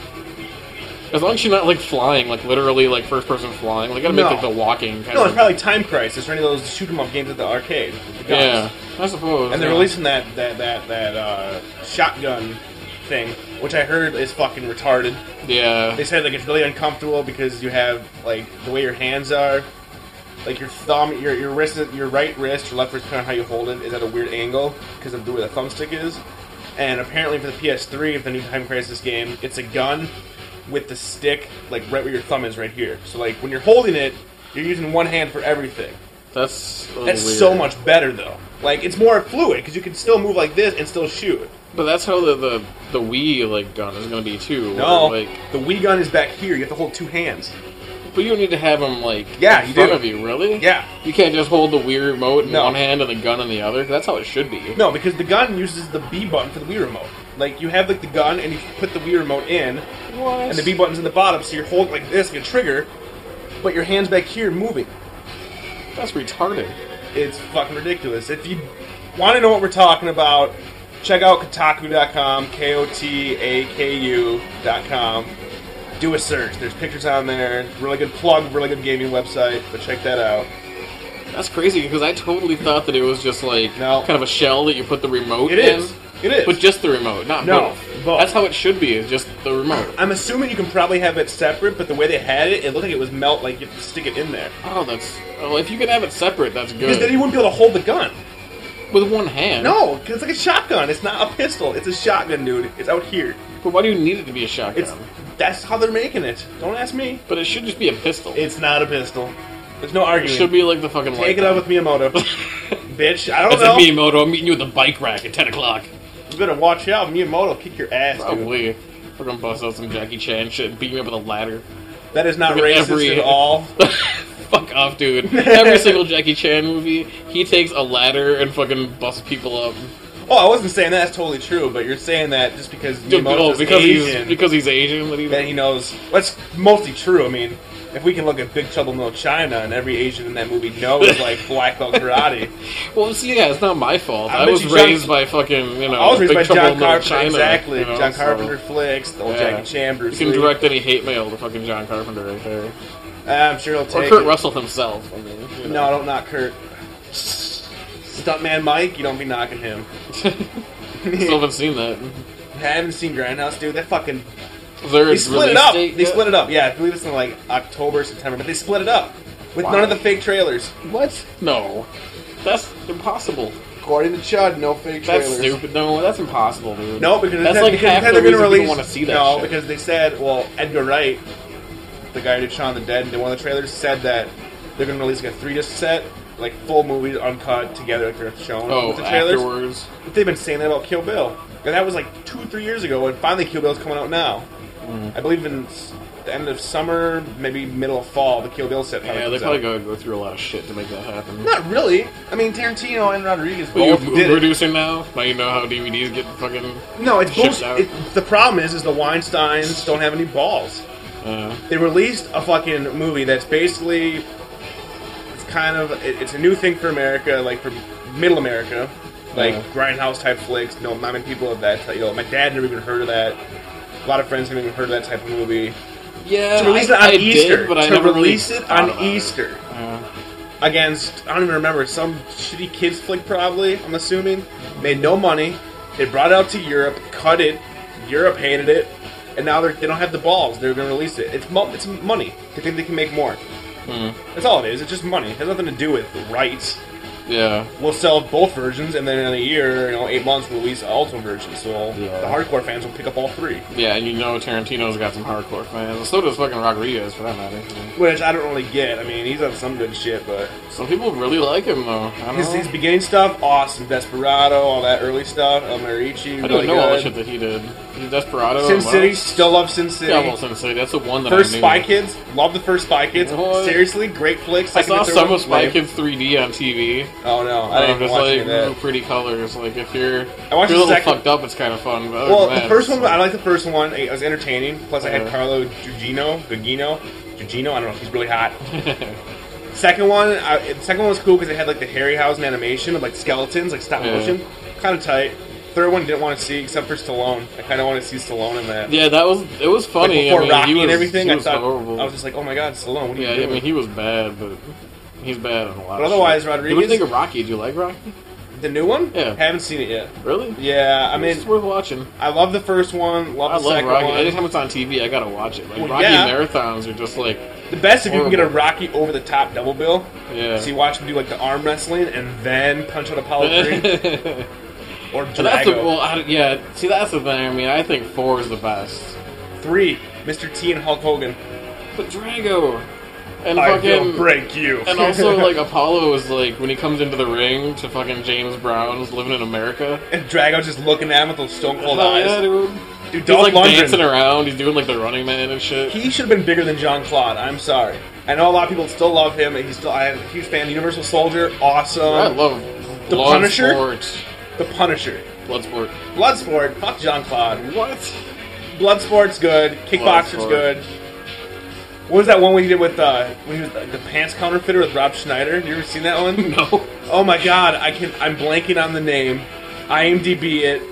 Speaker 5: As long as you're not like flying, like literally like first person flying. Like gotta make
Speaker 6: No.
Speaker 5: like the walking kind
Speaker 6: No,
Speaker 5: of
Speaker 6: it's probably Time Crisis or any of those shoot 'em up games at the arcade. with the guns.
Speaker 5: yeah. I suppose.
Speaker 6: And they're
Speaker 5: yeah.
Speaker 6: releasing that that that that uh, shotgun thing, which I heard is fucking retarded.
Speaker 5: Yeah.
Speaker 6: They said like it's really uncomfortable because you have like the way your hands are, like your thumb, your your wrist, your right wrist, your left wrist, kind of how you hold it, is at a weird angle because of the way the thumbstick is. And apparently for the PS3, for the new Time Crisis game, it's a gun with the stick like right where your thumb is, right here. So like when you're holding it, you're using one hand for everything.
Speaker 5: That's a
Speaker 6: That's
Speaker 5: weird.
Speaker 6: so much better though. Like it's more fluid because you can still move like this and still shoot.
Speaker 5: But that's how the the, the Wii like gun is gonna be too. where,
Speaker 6: No,
Speaker 5: like
Speaker 6: the Wii gun is back here. You have to hold two hands.
Speaker 5: But you need to have them like
Speaker 6: Yeah,
Speaker 5: in
Speaker 6: you
Speaker 5: front
Speaker 6: do.
Speaker 5: of you, really?
Speaker 6: Yeah.
Speaker 5: You can't just hold the Wii remote in
Speaker 6: No.
Speaker 5: one hand and the gun in the other. That's how it should be.
Speaker 6: No, because the gun uses the B button for the Wii remote. Like you have like the gun and you put the Wii remote in, and the B button's in the bottom, so you're holding like this, like a trigger, but your hands back here moving.
Speaker 5: That's retarded.
Speaker 6: It's fucking ridiculous. If you want to know what we're talking about, check out Kotaku.com, K-O-T-A-K-U dot com. Do a search. There's pictures on there. Really good plug. Really good gaming website. But check that out.
Speaker 5: That's crazy because I totally thought that it was just like
Speaker 6: No.
Speaker 5: kind of a shell that you put the remote
Speaker 6: It
Speaker 5: in.
Speaker 6: is. It is.
Speaker 5: But just the remote, not
Speaker 6: No,
Speaker 5: both.
Speaker 6: both.
Speaker 5: That's how it should be, is just the remote.
Speaker 6: I'm assuming you can probably have it separate, but the way they had it, it looked like it was melt. Like you have to stick it in there.
Speaker 5: Oh, that's well if you can have it separate, that's
Speaker 6: Because then you
Speaker 5: good.
Speaker 6: wouldn't be able to hold the gun.
Speaker 5: With one hand.
Speaker 6: No, 'cause it's like a shotgun. It's not a pistol. It's a shotgun, dude. It's out here.
Speaker 5: But why do you need it to be a shotgun?
Speaker 6: It's that's how they're making it. Don't ask me.
Speaker 5: but it should just be a pistol. It
Speaker 6: It's not a pistol. There's no
Speaker 5: should
Speaker 6: arguing.
Speaker 5: be like uh, the fucking
Speaker 6: Take
Speaker 5: light
Speaker 6: it up
Speaker 5: gun.
Speaker 6: with Miyamoto, bitch. I don't
Speaker 5: That's
Speaker 6: know.
Speaker 5: a Miyamoto. I'm meeting you at the bike rack at 10 o'clock.
Speaker 6: You better watch out. Miyamoto will kick your ass, dude.
Speaker 5: Probably. We're gonna bust out some Jackie Chan shit and beat me up with a ladder.
Speaker 6: That is not
Speaker 5: Look at
Speaker 6: racist
Speaker 5: every-
Speaker 6: at all.
Speaker 5: Fuck off, dude. Every single Jackie Chan movie, he takes a ladder and fucking busts people up.
Speaker 6: Oh, I wasn't saying that. That's totally true. But you're saying that just because
Speaker 5: Just, oh,
Speaker 6: Miyamoto's
Speaker 5: because he's
Speaker 6: Asian,
Speaker 5: because he's Asian. What do you
Speaker 6: that he knows. That's mostly true. I mean, if we can look at Big Trouble in Little China, and every Asian in that movie knows like black belt karate.
Speaker 5: Well, see, yeah, it's not my fault.
Speaker 6: I
Speaker 5: I,
Speaker 6: bet
Speaker 5: was
Speaker 6: you John-
Speaker 5: raised by fucking you know.
Speaker 6: I was raised
Speaker 5: Big
Speaker 6: by
Speaker 5: Trouble in
Speaker 6: John
Speaker 5: Little
Speaker 6: Carpenter.
Speaker 5: China,
Speaker 6: exactly.
Speaker 5: you know,
Speaker 6: John
Speaker 5: so-
Speaker 6: Carpenter flicks, the old
Speaker 5: yeah.
Speaker 6: Jackie Chan,
Speaker 5: You
Speaker 6: Bruce
Speaker 5: can
Speaker 6: Lee.
Speaker 5: direct any hate mail to fucking John Carpenter right there,
Speaker 6: Uh, I'm sure he'll
Speaker 5: or
Speaker 6: take
Speaker 5: Kurt
Speaker 6: it.
Speaker 5: Russell himself. I mean, you
Speaker 6: No,
Speaker 5: know.
Speaker 6: don't knock Kurt. Stuntman Mike, you don't be knocking him.
Speaker 5: still haven't seen that.
Speaker 6: Haven't seen Grindhouse, dude. That fucking
Speaker 5: Is there
Speaker 6: they split it up. They split it up. Yeah, I believe it's in like October, September, but they split it up with
Speaker 5: Why?
Speaker 6: none of the fake trailers.
Speaker 5: What? No, that's impossible.
Speaker 6: According to Chud, no fake
Speaker 5: That's stupid. No, that's impossible, dude.
Speaker 6: No, because
Speaker 5: that's
Speaker 6: they said-
Speaker 5: like
Speaker 6: because
Speaker 5: half
Speaker 6: they said
Speaker 5: the
Speaker 6: they're
Speaker 5: reason
Speaker 6: gonna
Speaker 5: people
Speaker 6: release.
Speaker 5: want to see that.
Speaker 6: no,
Speaker 5: shit.
Speaker 6: because they said, well, Edgar Wright, the guy who did Shaun of the Dead, did one of the trailers said that they're gonna release like a three disc set, like full movies uncut together, like they're shown
Speaker 5: oh,
Speaker 6: with the trailers.
Speaker 5: afterwards.
Speaker 6: But they've been saying that about Kill Bill, and that was like two, three years ago, and finally Kill Bill's coming out now.
Speaker 5: Mm.
Speaker 6: I believe in s- the end of summer, maybe middle of fall, the Kill Bill set. finally
Speaker 5: Yeah, they
Speaker 6: comes
Speaker 5: probably
Speaker 6: out.
Speaker 5: gotta go through a lot of shit to make that happen.
Speaker 6: Not really. I mean, Tarantino and Rodriguez
Speaker 5: But Oh, you
Speaker 6: both did it.
Speaker 5: producing now? Now you know how DVDs get fucking.
Speaker 6: No, it's
Speaker 5: Shipped
Speaker 6: bullshit.
Speaker 5: out.
Speaker 6: It, the problem is, is the Weinstein's don't have any balls.
Speaker 5: Uh,
Speaker 6: They released a fucking movie that's basically, it's kind of, it, it's a new thing for America, like for middle America, like
Speaker 5: Yeah.
Speaker 6: grindhouse type flicks. No, not many people of that. Type, you know, my dad never even heard of that. A lot of friends haven't even heard of that type of movie.
Speaker 5: Yeah,
Speaker 6: To release
Speaker 5: I,
Speaker 6: it on
Speaker 5: I
Speaker 6: Easter,
Speaker 5: did, but I
Speaker 6: to
Speaker 5: never Oh.
Speaker 6: release
Speaker 5: really
Speaker 6: it
Speaker 5: thought
Speaker 6: on
Speaker 5: about
Speaker 6: Easter
Speaker 5: Yeah.
Speaker 6: against I don't even remember some shitty kids flick probably I'm assuming made no money they brought it out to Europe cut it Europe hated it and now they're, they don't have the balls they're gonna release it it's mo- it's money they think they can make more
Speaker 5: Hmm.
Speaker 6: that's all it is it's just money it has nothing to do with the rights
Speaker 5: Yeah,
Speaker 6: we'll sell both versions and then in a year you know eight months we'll release the ultimate version so
Speaker 5: Yeah.
Speaker 6: the hardcore fans will pick up all three
Speaker 5: yeah, and you know Tarantino's got some hardcore fans. and So does fucking Rodriguez, for that matter.
Speaker 6: which I don't really get I mean he's on some good shit but
Speaker 5: Some people really like him, though. I don't
Speaker 6: His,
Speaker 5: know.
Speaker 6: his beginning stuff, awesome. Desperado, all that early stuff. El Mariachi,
Speaker 5: I don't
Speaker 6: really
Speaker 5: know all the shit
Speaker 6: good.
Speaker 5: that he did. He's Desperado.
Speaker 6: Sin
Speaker 5: and what
Speaker 6: City,
Speaker 5: else?
Speaker 6: still love Sin City.
Speaker 5: Yeah, well, Sin City. That's the one that I
Speaker 6: first
Speaker 5: knew.
Speaker 6: Spy Kids, love the first Spy Kids.
Speaker 5: What?
Speaker 6: Seriously, great flicks.
Speaker 5: I saw some of Spy Kids 3D on TV.
Speaker 6: Oh no, I
Speaker 5: I am
Speaker 6: didn't
Speaker 5: just
Speaker 6: watch
Speaker 5: like
Speaker 6: any of that.
Speaker 5: ooh, pretty colors. Like if you're, if you're a
Speaker 6: watched the
Speaker 5: little
Speaker 6: second-
Speaker 5: fucked up, it's kind of fun. But other
Speaker 6: Well,
Speaker 5: than
Speaker 6: the
Speaker 5: that,
Speaker 6: first one,
Speaker 5: it's-
Speaker 6: I like the first one. It was entertaining. Plus, I had
Speaker 5: Yeah.
Speaker 6: Carlo Gugino, Gugino, Gugino. I don't know. He's really hot. second one, I, the second one was cool because it had like the Harryhausen animation of like skeletons, like stop
Speaker 5: Yeah.
Speaker 6: motion, kind of tight. Third one, didn't want to see except for Stallone. I kind of want to see Stallone in that.
Speaker 5: yeah, that was it was
Speaker 6: Like,
Speaker 5: funny.
Speaker 6: before
Speaker 5: I mean,
Speaker 6: Rocky
Speaker 5: he was,
Speaker 6: and everything,
Speaker 5: he
Speaker 6: I
Speaker 5: was
Speaker 6: thought
Speaker 5: horrible.
Speaker 6: I was just like, oh my god, Stallone. What are you
Speaker 5: yeah, I
Speaker 6: doing?
Speaker 5: mean, he was bad, but he's bad in a lot.
Speaker 6: But
Speaker 5: of
Speaker 6: otherwise,
Speaker 5: shit.
Speaker 6: Rodriguez-
Speaker 5: What do you think of Rocky? Do you like Rocky?
Speaker 6: the new one?
Speaker 5: Yeah.
Speaker 6: haven't seen it yet.
Speaker 5: Really?
Speaker 6: Yeah, I
Speaker 5: it's
Speaker 6: mean,
Speaker 5: worth watching.
Speaker 6: I love the first one. Love
Speaker 5: I
Speaker 6: the
Speaker 5: love
Speaker 6: second
Speaker 5: Rocky.
Speaker 6: one.
Speaker 5: Anytime it's on TV, I gotta watch it. Like
Speaker 6: Well,
Speaker 5: Rocky
Speaker 6: yeah.
Speaker 5: marathons are just like,
Speaker 6: The best if you can get a
Speaker 5: Horrible.
Speaker 6: Rocky over the top double bill.
Speaker 5: yeah.
Speaker 6: So you watch him do like the arm wrestling and then punch out Apollo three or
Speaker 5: So that's the,
Speaker 6: Drago
Speaker 5: well, I, yeah. See, that's the thing. I mean, I think four is the best.
Speaker 6: three. Mr. T and Hulk Hogan.
Speaker 5: But Drago and
Speaker 6: I
Speaker 5: fucking
Speaker 6: will break you.
Speaker 5: And also, like Apollo is like when he comes into the ring to fucking James Brown's "Living in America."
Speaker 6: and Drago just looking at him with those stone cold
Speaker 5: Hell Oh, yeah,
Speaker 6: eyes.
Speaker 5: dude.
Speaker 6: Dude,
Speaker 5: He's
Speaker 6: Dolph
Speaker 5: like dancing
Speaker 6: Lundgren.
Speaker 5: around. He's doing like the Running Man and shit.
Speaker 6: He should have been bigger than Jean Claude. I'm sorry. I know a lot of people still love him, and he's still. I'm a huge fan. Universal Soldier, awesome.
Speaker 5: I love
Speaker 6: The
Speaker 5: Blood
Speaker 6: Punisher?
Speaker 5: Sport.
Speaker 6: the Punisher.
Speaker 5: Bloodsport.
Speaker 6: Bloodsport, fuck Jean Claude.
Speaker 5: What?
Speaker 6: Bloodsport's good. Kickboxer's
Speaker 5: Bloodsport.
Speaker 6: good. What was that one we did with uh, when he was the, the pants counterfeiter with Rob Schneider? You ever seen that one?
Speaker 5: No.
Speaker 6: Oh my god, I can I'm blanking on the name. IMDb it.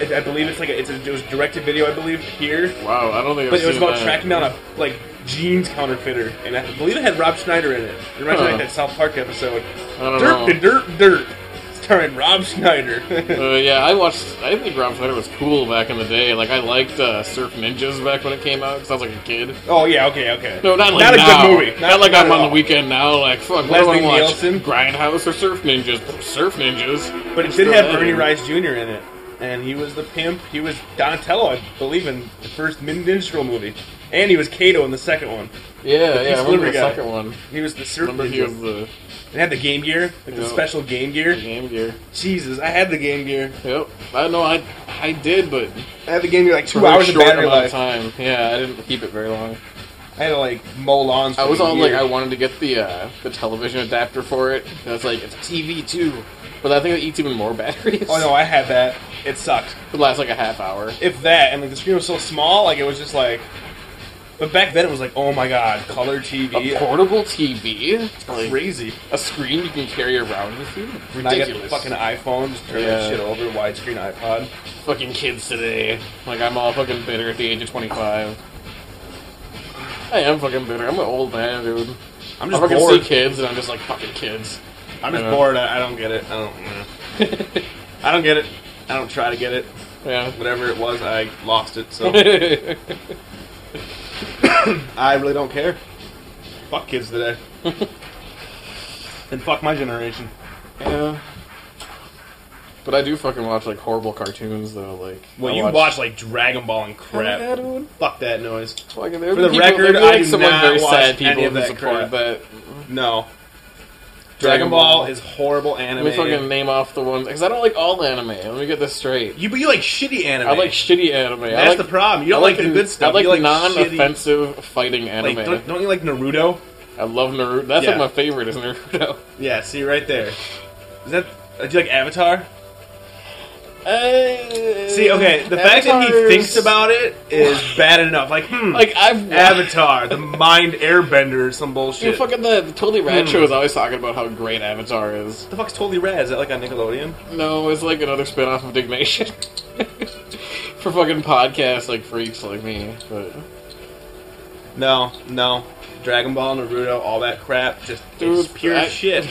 Speaker 6: it I believe it's like a, it's a, it was direct to video. I believe here,
Speaker 5: Wow, I don't think.
Speaker 6: but
Speaker 5: I've
Speaker 6: it was
Speaker 5: seen
Speaker 6: about
Speaker 5: that.
Speaker 6: tracking down a like jeans counterfeiter, and I believe it had Rob Schneider in it. It reminds me
Speaker 5: Huh.
Speaker 6: of that South Park episode.
Speaker 5: I don't
Speaker 6: Dirt
Speaker 5: know.
Speaker 6: to dirt dirt, starring Rob Schneider.
Speaker 5: Uh, yeah, I watched. I think Rob Schneider was cool back in the day. Like I liked uh, Surf Ninjas back when it came out because I was like a kid.
Speaker 6: oh yeah, okay, okay.
Speaker 5: No, not like
Speaker 6: not a
Speaker 5: now.
Speaker 6: good movie.
Speaker 5: Not, like
Speaker 6: not
Speaker 5: I'm
Speaker 6: at
Speaker 5: on the
Speaker 6: all.
Speaker 5: weekend now. Like fuck, what do I
Speaker 6: Leslie
Speaker 5: watch?
Speaker 6: Nielsen?
Speaker 5: Grindhouse or Surf Ninjas? Surf Ninjas.
Speaker 6: But
Speaker 5: I'm
Speaker 6: it did
Speaker 5: still
Speaker 6: have
Speaker 5: mad at
Speaker 6: Bernie
Speaker 5: him.
Speaker 6: Rice Jr. in it, and he was the pimp. He was Donatello, I believe, in the first minstrel movie, and he was Kato in the second one.
Speaker 5: Yeah, yeah. I remember
Speaker 6: delivery
Speaker 5: the
Speaker 6: guy.
Speaker 5: second one.
Speaker 6: He was the surf
Speaker 5: Remember he
Speaker 6: ninja.
Speaker 5: was the,
Speaker 6: They had the Game Gear, like the
Speaker 5: Yeah.
Speaker 6: special Game
Speaker 5: the
Speaker 6: Gear.
Speaker 5: Game Gear.
Speaker 6: Jesus, I had the Game Gear.
Speaker 5: Yep. I know. I I did, but
Speaker 6: I had the Game Gear like
Speaker 5: for
Speaker 6: two
Speaker 5: a
Speaker 6: hours of
Speaker 5: short
Speaker 6: battery
Speaker 5: amount of
Speaker 6: life.
Speaker 5: time. Yeah, I didn't keep it very long.
Speaker 6: I had to like mow lawns. For
Speaker 5: I was
Speaker 6: a
Speaker 5: on like
Speaker 6: year.
Speaker 5: I wanted to get the uh, the television adapter for it. And I was like, it's TV too, but I think it eats even more batteries.
Speaker 6: Oh no, I had that. It sucked.
Speaker 5: It lasts like a half hour.
Speaker 6: If that, and like the screen was so small, like it was just like. But back then it was like, oh my god, color TV,
Speaker 5: A portable TV,
Speaker 6: It's
Speaker 5: like
Speaker 6: crazy.
Speaker 5: a screen you can carry around with you.
Speaker 6: And I got the
Speaker 5: Ridiculous.
Speaker 6: fucking iPhone, just turn
Speaker 5: Yeah.
Speaker 6: that shit over, widescreen iPod.
Speaker 5: fucking kids today. Like I'm all fucking bitter at the age of 25. I am fucking bitter. I'm an old man, dude.
Speaker 6: I'm
Speaker 5: i
Speaker 6: just
Speaker 5: fucking
Speaker 6: bored.
Speaker 5: see kids and I'm just like fucking kids.
Speaker 6: I'm just
Speaker 5: Yeah.
Speaker 6: bored. I, I don't get it. I don't. yeah. I don't get it. I don't try to get it.
Speaker 5: yeah.
Speaker 6: Whatever it was, I lost it. So
Speaker 5: yeah,
Speaker 6: I really don't care. Fuck kids today. and fuck my generation.
Speaker 5: but I do fucking watch like horrible cartoons though. Like,
Speaker 6: Well,
Speaker 5: I
Speaker 6: you watch like Dragon Ball and
Speaker 5: Hell yeah,
Speaker 6: crap.
Speaker 5: dude.
Speaker 6: Fuck that noise.
Speaker 5: Fucking,
Speaker 6: For the record, I do not watch any of that crap.
Speaker 5: that.
Speaker 6: No. Dragon,
Speaker 5: Dragon
Speaker 6: Ball,
Speaker 5: Ball.
Speaker 6: is horrible
Speaker 5: Let
Speaker 6: anime.
Speaker 5: me fucking name off the ones because I don't like all anime. Let me get this straight.
Speaker 6: You but you like shitty anime.
Speaker 5: I like shitty anime. I
Speaker 6: That's
Speaker 5: like
Speaker 6: the problem. You don't
Speaker 5: I
Speaker 6: like, the good
Speaker 5: I
Speaker 6: stuff.
Speaker 5: like,
Speaker 6: you like shitty-
Speaker 5: non-offensive fighting anime.
Speaker 6: Like, don't, don't you like Naruto?
Speaker 5: I love Naruto. That's
Speaker 6: Yeah.
Speaker 5: like my favorite is Naruto.
Speaker 6: Yeah, see right there. Is that? uh, Do you like Avatar? See, okay, the fact that he thinks about it is bad enough. Like, hmm,
Speaker 5: like I've
Speaker 6: Avatar, the mind airbender, or some bullshit.
Speaker 5: Dude, fucking the, the Totally
Speaker 6: Hmm.
Speaker 5: Rad show is always talking about how great Avatar is.
Speaker 6: the fuck's totally rad? Is that like on Nickelodeon?
Speaker 5: No, it's like another spin off of Dignation. For fucking podcasts like freaks like me. But
Speaker 6: No, no. Dragon Ball, Naruto, all that crap, just
Speaker 5: Dude,
Speaker 6: it's pure
Speaker 5: I-
Speaker 6: shit.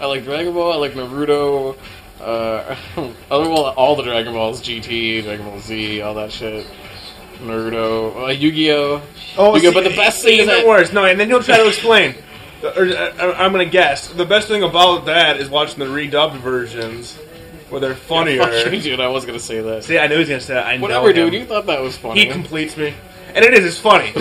Speaker 5: I like Dragon Ball, I like Naruto, uh other well all the Dragon Balls, GT, Dragon Ball Z, all that shit. Naruto, uh, Yu-Gi-Oh! Yu-Gi-Oh! but the best thing is
Speaker 6: even
Speaker 5: that
Speaker 6: worse. Oh, No, and then he'll try to explain. Or, uh, I'm gonna guess the best thing about that is watching the redubbed versions, where they're funnier.
Speaker 5: Fuck you, dude, I was gonna say that.
Speaker 6: See, I knew he was gonna say that. I
Speaker 5: Whatever,
Speaker 6: know him.
Speaker 5: dude, you thought that was funny.
Speaker 6: He completes me, and it is. It's funny.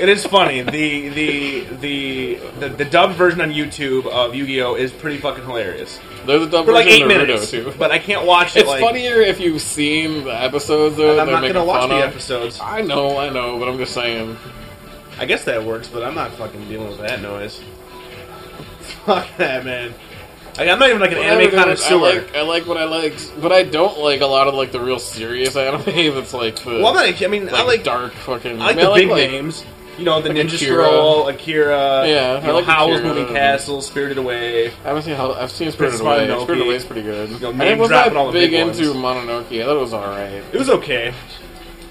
Speaker 6: It is funny. The the the the, the dubbed version on YouTube of Yu-Gi-Oh is pretty fucking hilarious
Speaker 5: There's a dumb
Speaker 6: for like
Speaker 5: version
Speaker 6: eight
Speaker 5: of Naruto,
Speaker 6: minutes.
Speaker 5: too.
Speaker 6: But I can't watch it.
Speaker 5: It's
Speaker 6: like,
Speaker 5: funnier if you've seen the episodes though.
Speaker 6: I'm
Speaker 5: they're
Speaker 6: not
Speaker 5: making
Speaker 6: gonna watch
Speaker 5: fun
Speaker 6: the
Speaker 5: of.
Speaker 6: episodes.
Speaker 5: I know, I know, but I'm just saying.
Speaker 6: I guess that works, but I'm not fucking dealing with that noise. Fuck that, man. Like, I'm not even like an
Speaker 5: Whatever,
Speaker 6: anime
Speaker 5: dude,
Speaker 6: connoisseur.
Speaker 5: I like, I like what I like, but I don't like a lot of like the real serious anime that's like the
Speaker 6: well, I'm not. I mean,
Speaker 5: like,
Speaker 6: I like
Speaker 5: dark fucking.
Speaker 6: I like
Speaker 5: mean,
Speaker 6: the big
Speaker 5: like,
Speaker 6: names. You know, the
Speaker 5: like
Speaker 6: Ninja
Speaker 5: Akira.
Speaker 6: Scroll, Akira.
Speaker 5: Yeah,
Speaker 6: you
Speaker 5: I
Speaker 6: know,
Speaker 5: like
Speaker 6: Howl's
Speaker 5: Akira.
Speaker 6: Moving Castle, Spirited Away.
Speaker 5: I haven't seen. How, I've seen Spirited Away.
Speaker 6: Princess Mononoke.
Speaker 5: Spirited Away is pretty good.
Speaker 6: know,
Speaker 5: I
Speaker 6: name
Speaker 5: was
Speaker 6: dropping
Speaker 5: not
Speaker 6: all the
Speaker 5: big,
Speaker 6: big
Speaker 5: into
Speaker 6: ones.
Speaker 5: Mononoke. I thought it was all right.
Speaker 6: It was okay.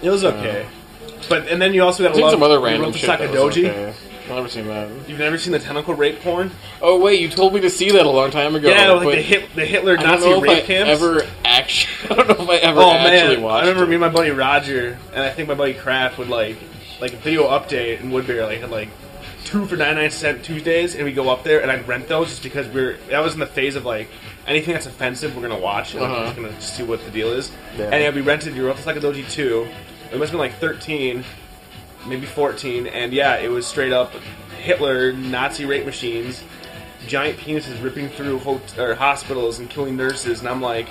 Speaker 6: It was okay. But and then you also
Speaker 5: I've
Speaker 6: got
Speaker 5: seen
Speaker 6: love
Speaker 5: some other
Speaker 6: you
Speaker 5: random
Speaker 6: wrote the
Speaker 5: shit. that was
Speaker 6: Sakadoji.
Speaker 5: okay. I've never seen that.
Speaker 6: You've never seen the tentacle rape porn?
Speaker 5: Oh wait, you told me to see that a long time ago.
Speaker 6: yeah, like
Speaker 5: but
Speaker 6: the hit, the Hitler
Speaker 5: I don't
Speaker 6: Nazi
Speaker 5: know if I
Speaker 6: rape camps.
Speaker 5: ever actually. I don't know if I ever
Speaker 6: oh
Speaker 5: actually
Speaker 6: man, I
Speaker 5: watched.
Speaker 6: remember
Speaker 5: it.
Speaker 6: me and my buddy Roger, and I think my buddy Kraft would like like video update in Woodbury like had like two for ninety nine cent Tuesdays, and we go up there and I'd rent those just because we are that was in the phase of like anything that's offensive we're gonna watch and like,
Speaker 5: Uh-huh.
Speaker 6: we're just gonna see what the deal is.
Speaker 5: Yeah.
Speaker 6: And yeah, we rented Europa Psychodoji two. It must have been like thirteen, maybe fourteen, and yeah, it was straight up Hitler Nazi rape machines. Giant penises ripping through hot- or hospitals and killing nurses, and I'm like,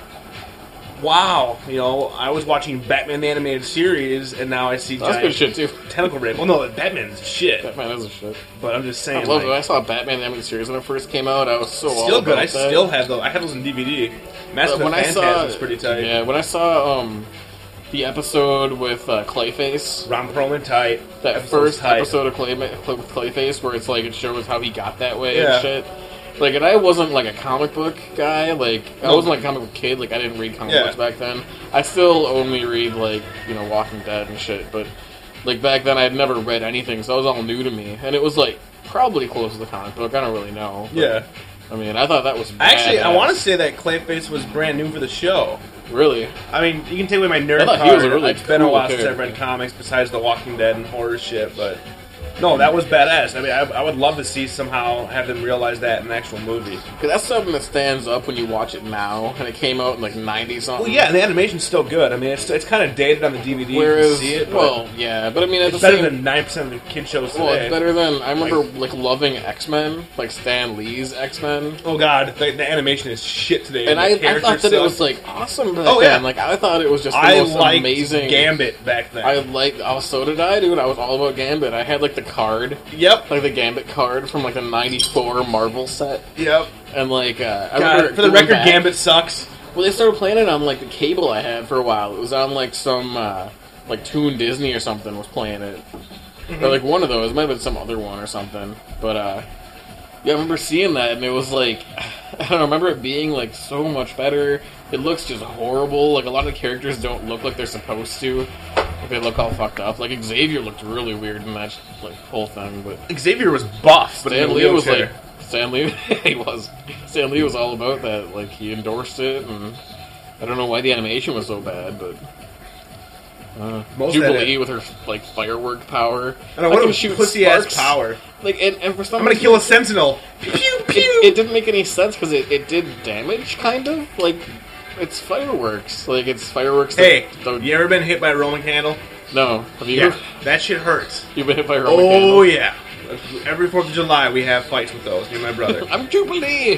Speaker 6: wow, you know, I was watching Batman the animated series, and now I see
Speaker 5: That's
Speaker 6: giant
Speaker 5: good shit too.
Speaker 6: tentacle rape. Well, no, Batman's shit,
Speaker 5: Batman is a shit.
Speaker 6: but I'm just saying,
Speaker 5: I love it.
Speaker 6: like,
Speaker 5: I saw Batman the Animated Series when it first came out. I was so all
Speaker 6: still good.
Speaker 5: about
Speaker 6: I
Speaker 5: that.
Speaker 6: still have those. I have those in DVD. Master
Speaker 5: But
Speaker 6: of the
Speaker 5: when I
Speaker 6: Phantasm
Speaker 5: saw
Speaker 6: is pretty tight.
Speaker 5: Yeah, when I saw um the episode with uh, Clayface,
Speaker 6: Ron Perlman tight.
Speaker 5: that
Speaker 6: Episode's
Speaker 5: first
Speaker 6: tight.
Speaker 5: episode of Clay, Clay Clayface, where it's like it shows how he got that way
Speaker 6: Yeah.
Speaker 5: and shit. Like, and I wasn't like a comic book guy. Like, I
Speaker 6: No.
Speaker 5: wasn't like a comic book kid. Like, I didn't read comic
Speaker 6: Yeah.
Speaker 5: books back then. I still only read like you know Walking Dead and shit. But like back then, I had never read anything, so that was all new to me. And it was like probably close to the comic book. I don't really know. But,
Speaker 6: Yeah.
Speaker 5: I mean, I thought that was
Speaker 6: Actually, I
Speaker 5: badass.
Speaker 6: want to say that Clayface was brand new for the show.
Speaker 5: really.
Speaker 6: I mean, you can take away my nerd
Speaker 5: thought
Speaker 6: card.
Speaker 5: he was a really
Speaker 6: it's been a
Speaker 5: cool
Speaker 6: while since I've
Speaker 5: character.
Speaker 6: read comics besides The Walking Dead and horror shit, but no, that was badass. I mean, I, I would love to see somehow have them realize that in an actual movie.
Speaker 5: Cause that's something that stands up when you watch it now, and it came out in like '90 something.
Speaker 6: Well, yeah, and the animation's still good. I mean, it's, it's kind of dated on the DVD. You can
Speaker 5: Whereas,
Speaker 6: see it, but
Speaker 5: well, yeah, but I mean, at
Speaker 6: it's
Speaker 5: the
Speaker 6: better
Speaker 5: same,
Speaker 6: than nine percent of the kid shows today.
Speaker 5: well, it's better than I remember like, loving X Men, like Stan Lee's X Men,
Speaker 6: Oh god, the, the animation is shit today.
Speaker 5: and
Speaker 6: the
Speaker 5: I, I
Speaker 6: character
Speaker 5: thought that it
Speaker 6: sucks.
Speaker 5: was like awesome back
Speaker 6: Oh, yeah.
Speaker 5: then. Like I thought it was just the
Speaker 6: I
Speaker 5: most
Speaker 6: liked
Speaker 5: amazing
Speaker 6: Gambit back then.
Speaker 5: I liked. Oh, so did I, dude. I was all about Gambit. I had like the card,
Speaker 6: yep,
Speaker 5: like the Gambit card from like the '94 Marvel set,
Speaker 6: yep.
Speaker 5: and like uh, I
Speaker 6: God,
Speaker 5: remember
Speaker 6: for the
Speaker 5: going
Speaker 6: record,
Speaker 5: back-
Speaker 6: Gambit sucks.
Speaker 5: Well, they started playing it on like the cable I had for a while. It was on like some uh, like Toon Disney or something was playing it, or like one of those. It might have been some other one or something. But uh, yeah, I remember seeing that, and it was like I don't know, I remember it being like so much better. It looks just horrible. Like a lot of the characters don't look like they're supposed to. Like, they look all fucked up. Like Xavier looked really weird in that like whole thing, but
Speaker 6: Xavier was buff, but in
Speaker 5: Stan
Speaker 6: a
Speaker 5: Lee was like
Speaker 6: wheelchair.
Speaker 5: Stan Lee. he was Stan Lee was all about that. Like he endorsed it, and I don't know why the animation was so bad, but
Speaker 6: Most of
Speaker 5: Jubilee
Speaker 6: that-
Speaker 5: with her like firework power.
Speaker 6: And I
Speaker 5: Fucking
Speaker 6: want
Speaker 5: shoot
Speaker 6: to pussy ass
Speaker 5: sparks.
Speaker 6: power.
Speaker 5: Like and, and for some
Speaker 6: I'm gonna
Speaker 5: reason,
Speaker 6: kill a sentinel. Pew pew.
Speaker 5: It, it didn't make any sense because it, it did damage, kind of like. It's fireworks. Like it's fireworks. that-
Speaker 6: hey,
Speaker 5: that-
Speaker 6: you ever been hit by a Roman candle?
Speaker 5: no. Have you?
Speaker 6: that shit hurts.
Speaker 5: You've been hit by a Roman
Speaker 6: Oh
Speaker 5: candle?
Speaker 6: yeah. Every Fourth of July we have fights with those. Me and my brother.
Speaker 5: I'm Jubilee.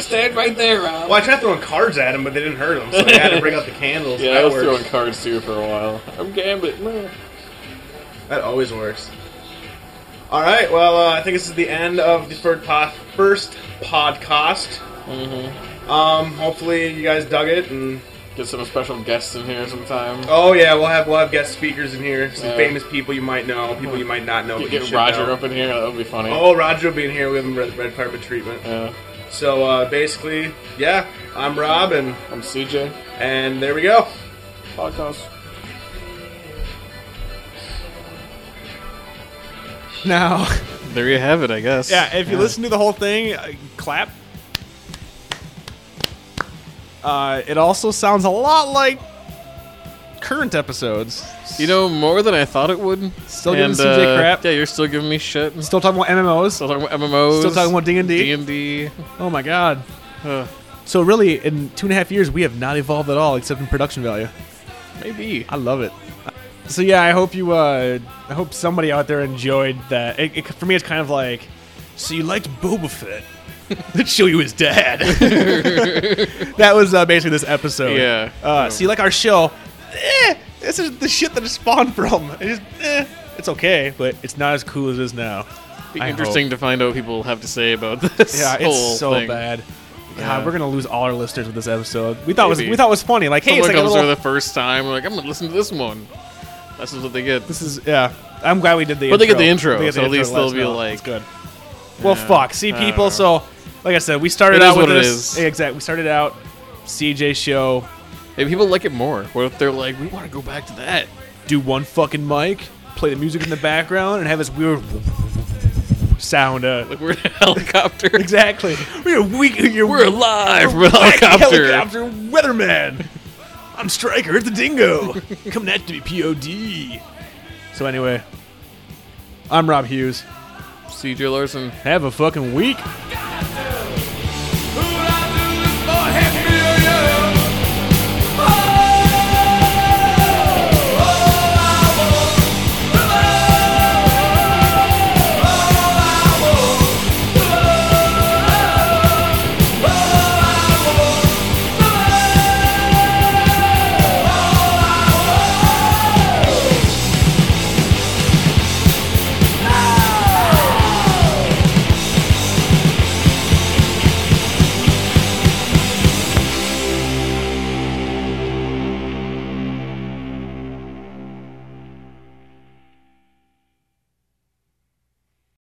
Speaker 5: Stand right there, Rob.
Speaker 6: well, I tried throwing cards at him, but they didn't hurt him, so I had to bring out the candles.
Speaker 5: Yeah,
Speaker 6: that
Speaker 5: I was
Speaker 6: works.
Speaker 5: throwing cards too for a while. I'm Gambit. meh.
Speaker 6: That always works. All right. Well, uh, I think this is the end of the first, pod-
Speaker 5: Mm-hmm.
Speaker 6: first podcast. Um, hopefully you guys dug it, and
Speaker 5: Get some special guests in here sometime.
Speaker 6: Oh yeah, we'll have we'll have guest speakers in here. Some
Speaker 5: Yeah.
Speaker 6: famous people you might know, people you might not know.
Speaker 5: You
Speaker 6: But you
Speaker 5: get
Speaker 6: should
Speaker 5: Roger
Speaker 6: know.
Speaker 5: up in here. That would be funny.
Speaker 6: Oh, Roger will be in here. We have him red, red carpet treatment.
Speaker 5: Yeah.
Speaker 6: So uh, basically, yeah, I'm Rob, and
Speaker 5: I'm CJ.
Speaker 6: and there we go.
Speaker 5: Podcast.
Speaker 1: Now,
Speaker 2: There you have it, I guess.
Speaker 1: yeah, if you listen to the whole thing, uh, clap. Uh, it also sounds a lot like current episodes.
Speaker 2: You know, more than I thought it would. uh,
Speaker 1: Still giving CJ crap.
Speaker 2: Yeah, you're still giving me shit. Still
Speaker 1: Still talking about MMOs.
Speaker 2: talking about MMOs.
Speaker 1: Still talking about D&D?
Speaker 2: D&D.
Speaker 1: Oh my god.
Speaker 2: Ugh.
Speaker 1: So really, in two and a half years, we have not evolved at all, except in production value.
Speaker 2: Maybe.
Speaker 1: I love it. So yeah, I hope you. Uh, I hope somebody out there enjoyed that. It, it, for me, it's kind of like, so you liked Boba Fett? Let's show you his dad. that was uh, basically this episode.
Speaker 2: Yeah.
Speaker 1: Uh, so you like our show? Eh, this is the shit that it spawned from. It just, eh, it's okay, but it's not as cool as it is now.
Speaker 2: Be
Speaker 1: I
Speaker 2: interesting to find out what people have to say about this.
Speaker 1: Yeah,
Speaker 2: whole
Speaker 1: it's so
Speaker 2: thing.
Speaker 1: bad. God,
Speaker 2: Yeah.
Speaker 1: we're gonna lose all our listeners with this episode. We thought it was
Speaker 2: Maybe.
Speaker 1: we thought it was funny. Like, hey,
Speaker 2: Someone
Speaker 1: it's like a
Speaker 2: comes
Speaker 1: little,
Speaker 2: for the first time, we're like, I'm gonna listen to this one. That's just what they get.
Speaker 1: this is yeah. I'm glad we did the.
Speaker 2: But they
Speaker 1: intro.
Speaker 2: get the intro,
Speaker 1: They get
Speaker 2: so at least
Speaker 1: to let us
Speaker 2: they'll be
Speaker 1: know.
Speaker 2: like-
Speaker 1: It's good. Well,
Speaker 2: Yeah,
Speaker 1: fuck. See,
Speaker 2: I don't
Speaker 1: people.
Speaker 2: know.
Speaker 1: So, like I said, we started
Speaker 2: It
Speaker 1: out
Speaker 2: is
Speaker 1: with
Speaker 2: what it
Speaker 1: this.
Speaker 2: is.
Speaker 1: Exactly. We started out CJ show.
Speaker 2: Maybe people like it more. What if they're like, we want to go back to that?
Speaker 1: Do one fucking mic, play the music in the background, and have this weird sound. Uh,
Speaker 2: Like we're in a helicopter.
Speaker 1: exactly. We're weak. You're
Speaker 2: We're alive from a
Speaker 1: Black
Speaker 2: helicopter.
Speaker 1: helicopter weatherman. I'm Striker at the Dingo. Coming at you, POD. So anyway, I'm Rob Hughes.
Speaker 2: CJ Larson.
Speaker 1: Have a fucking week.
Speaker 7: Go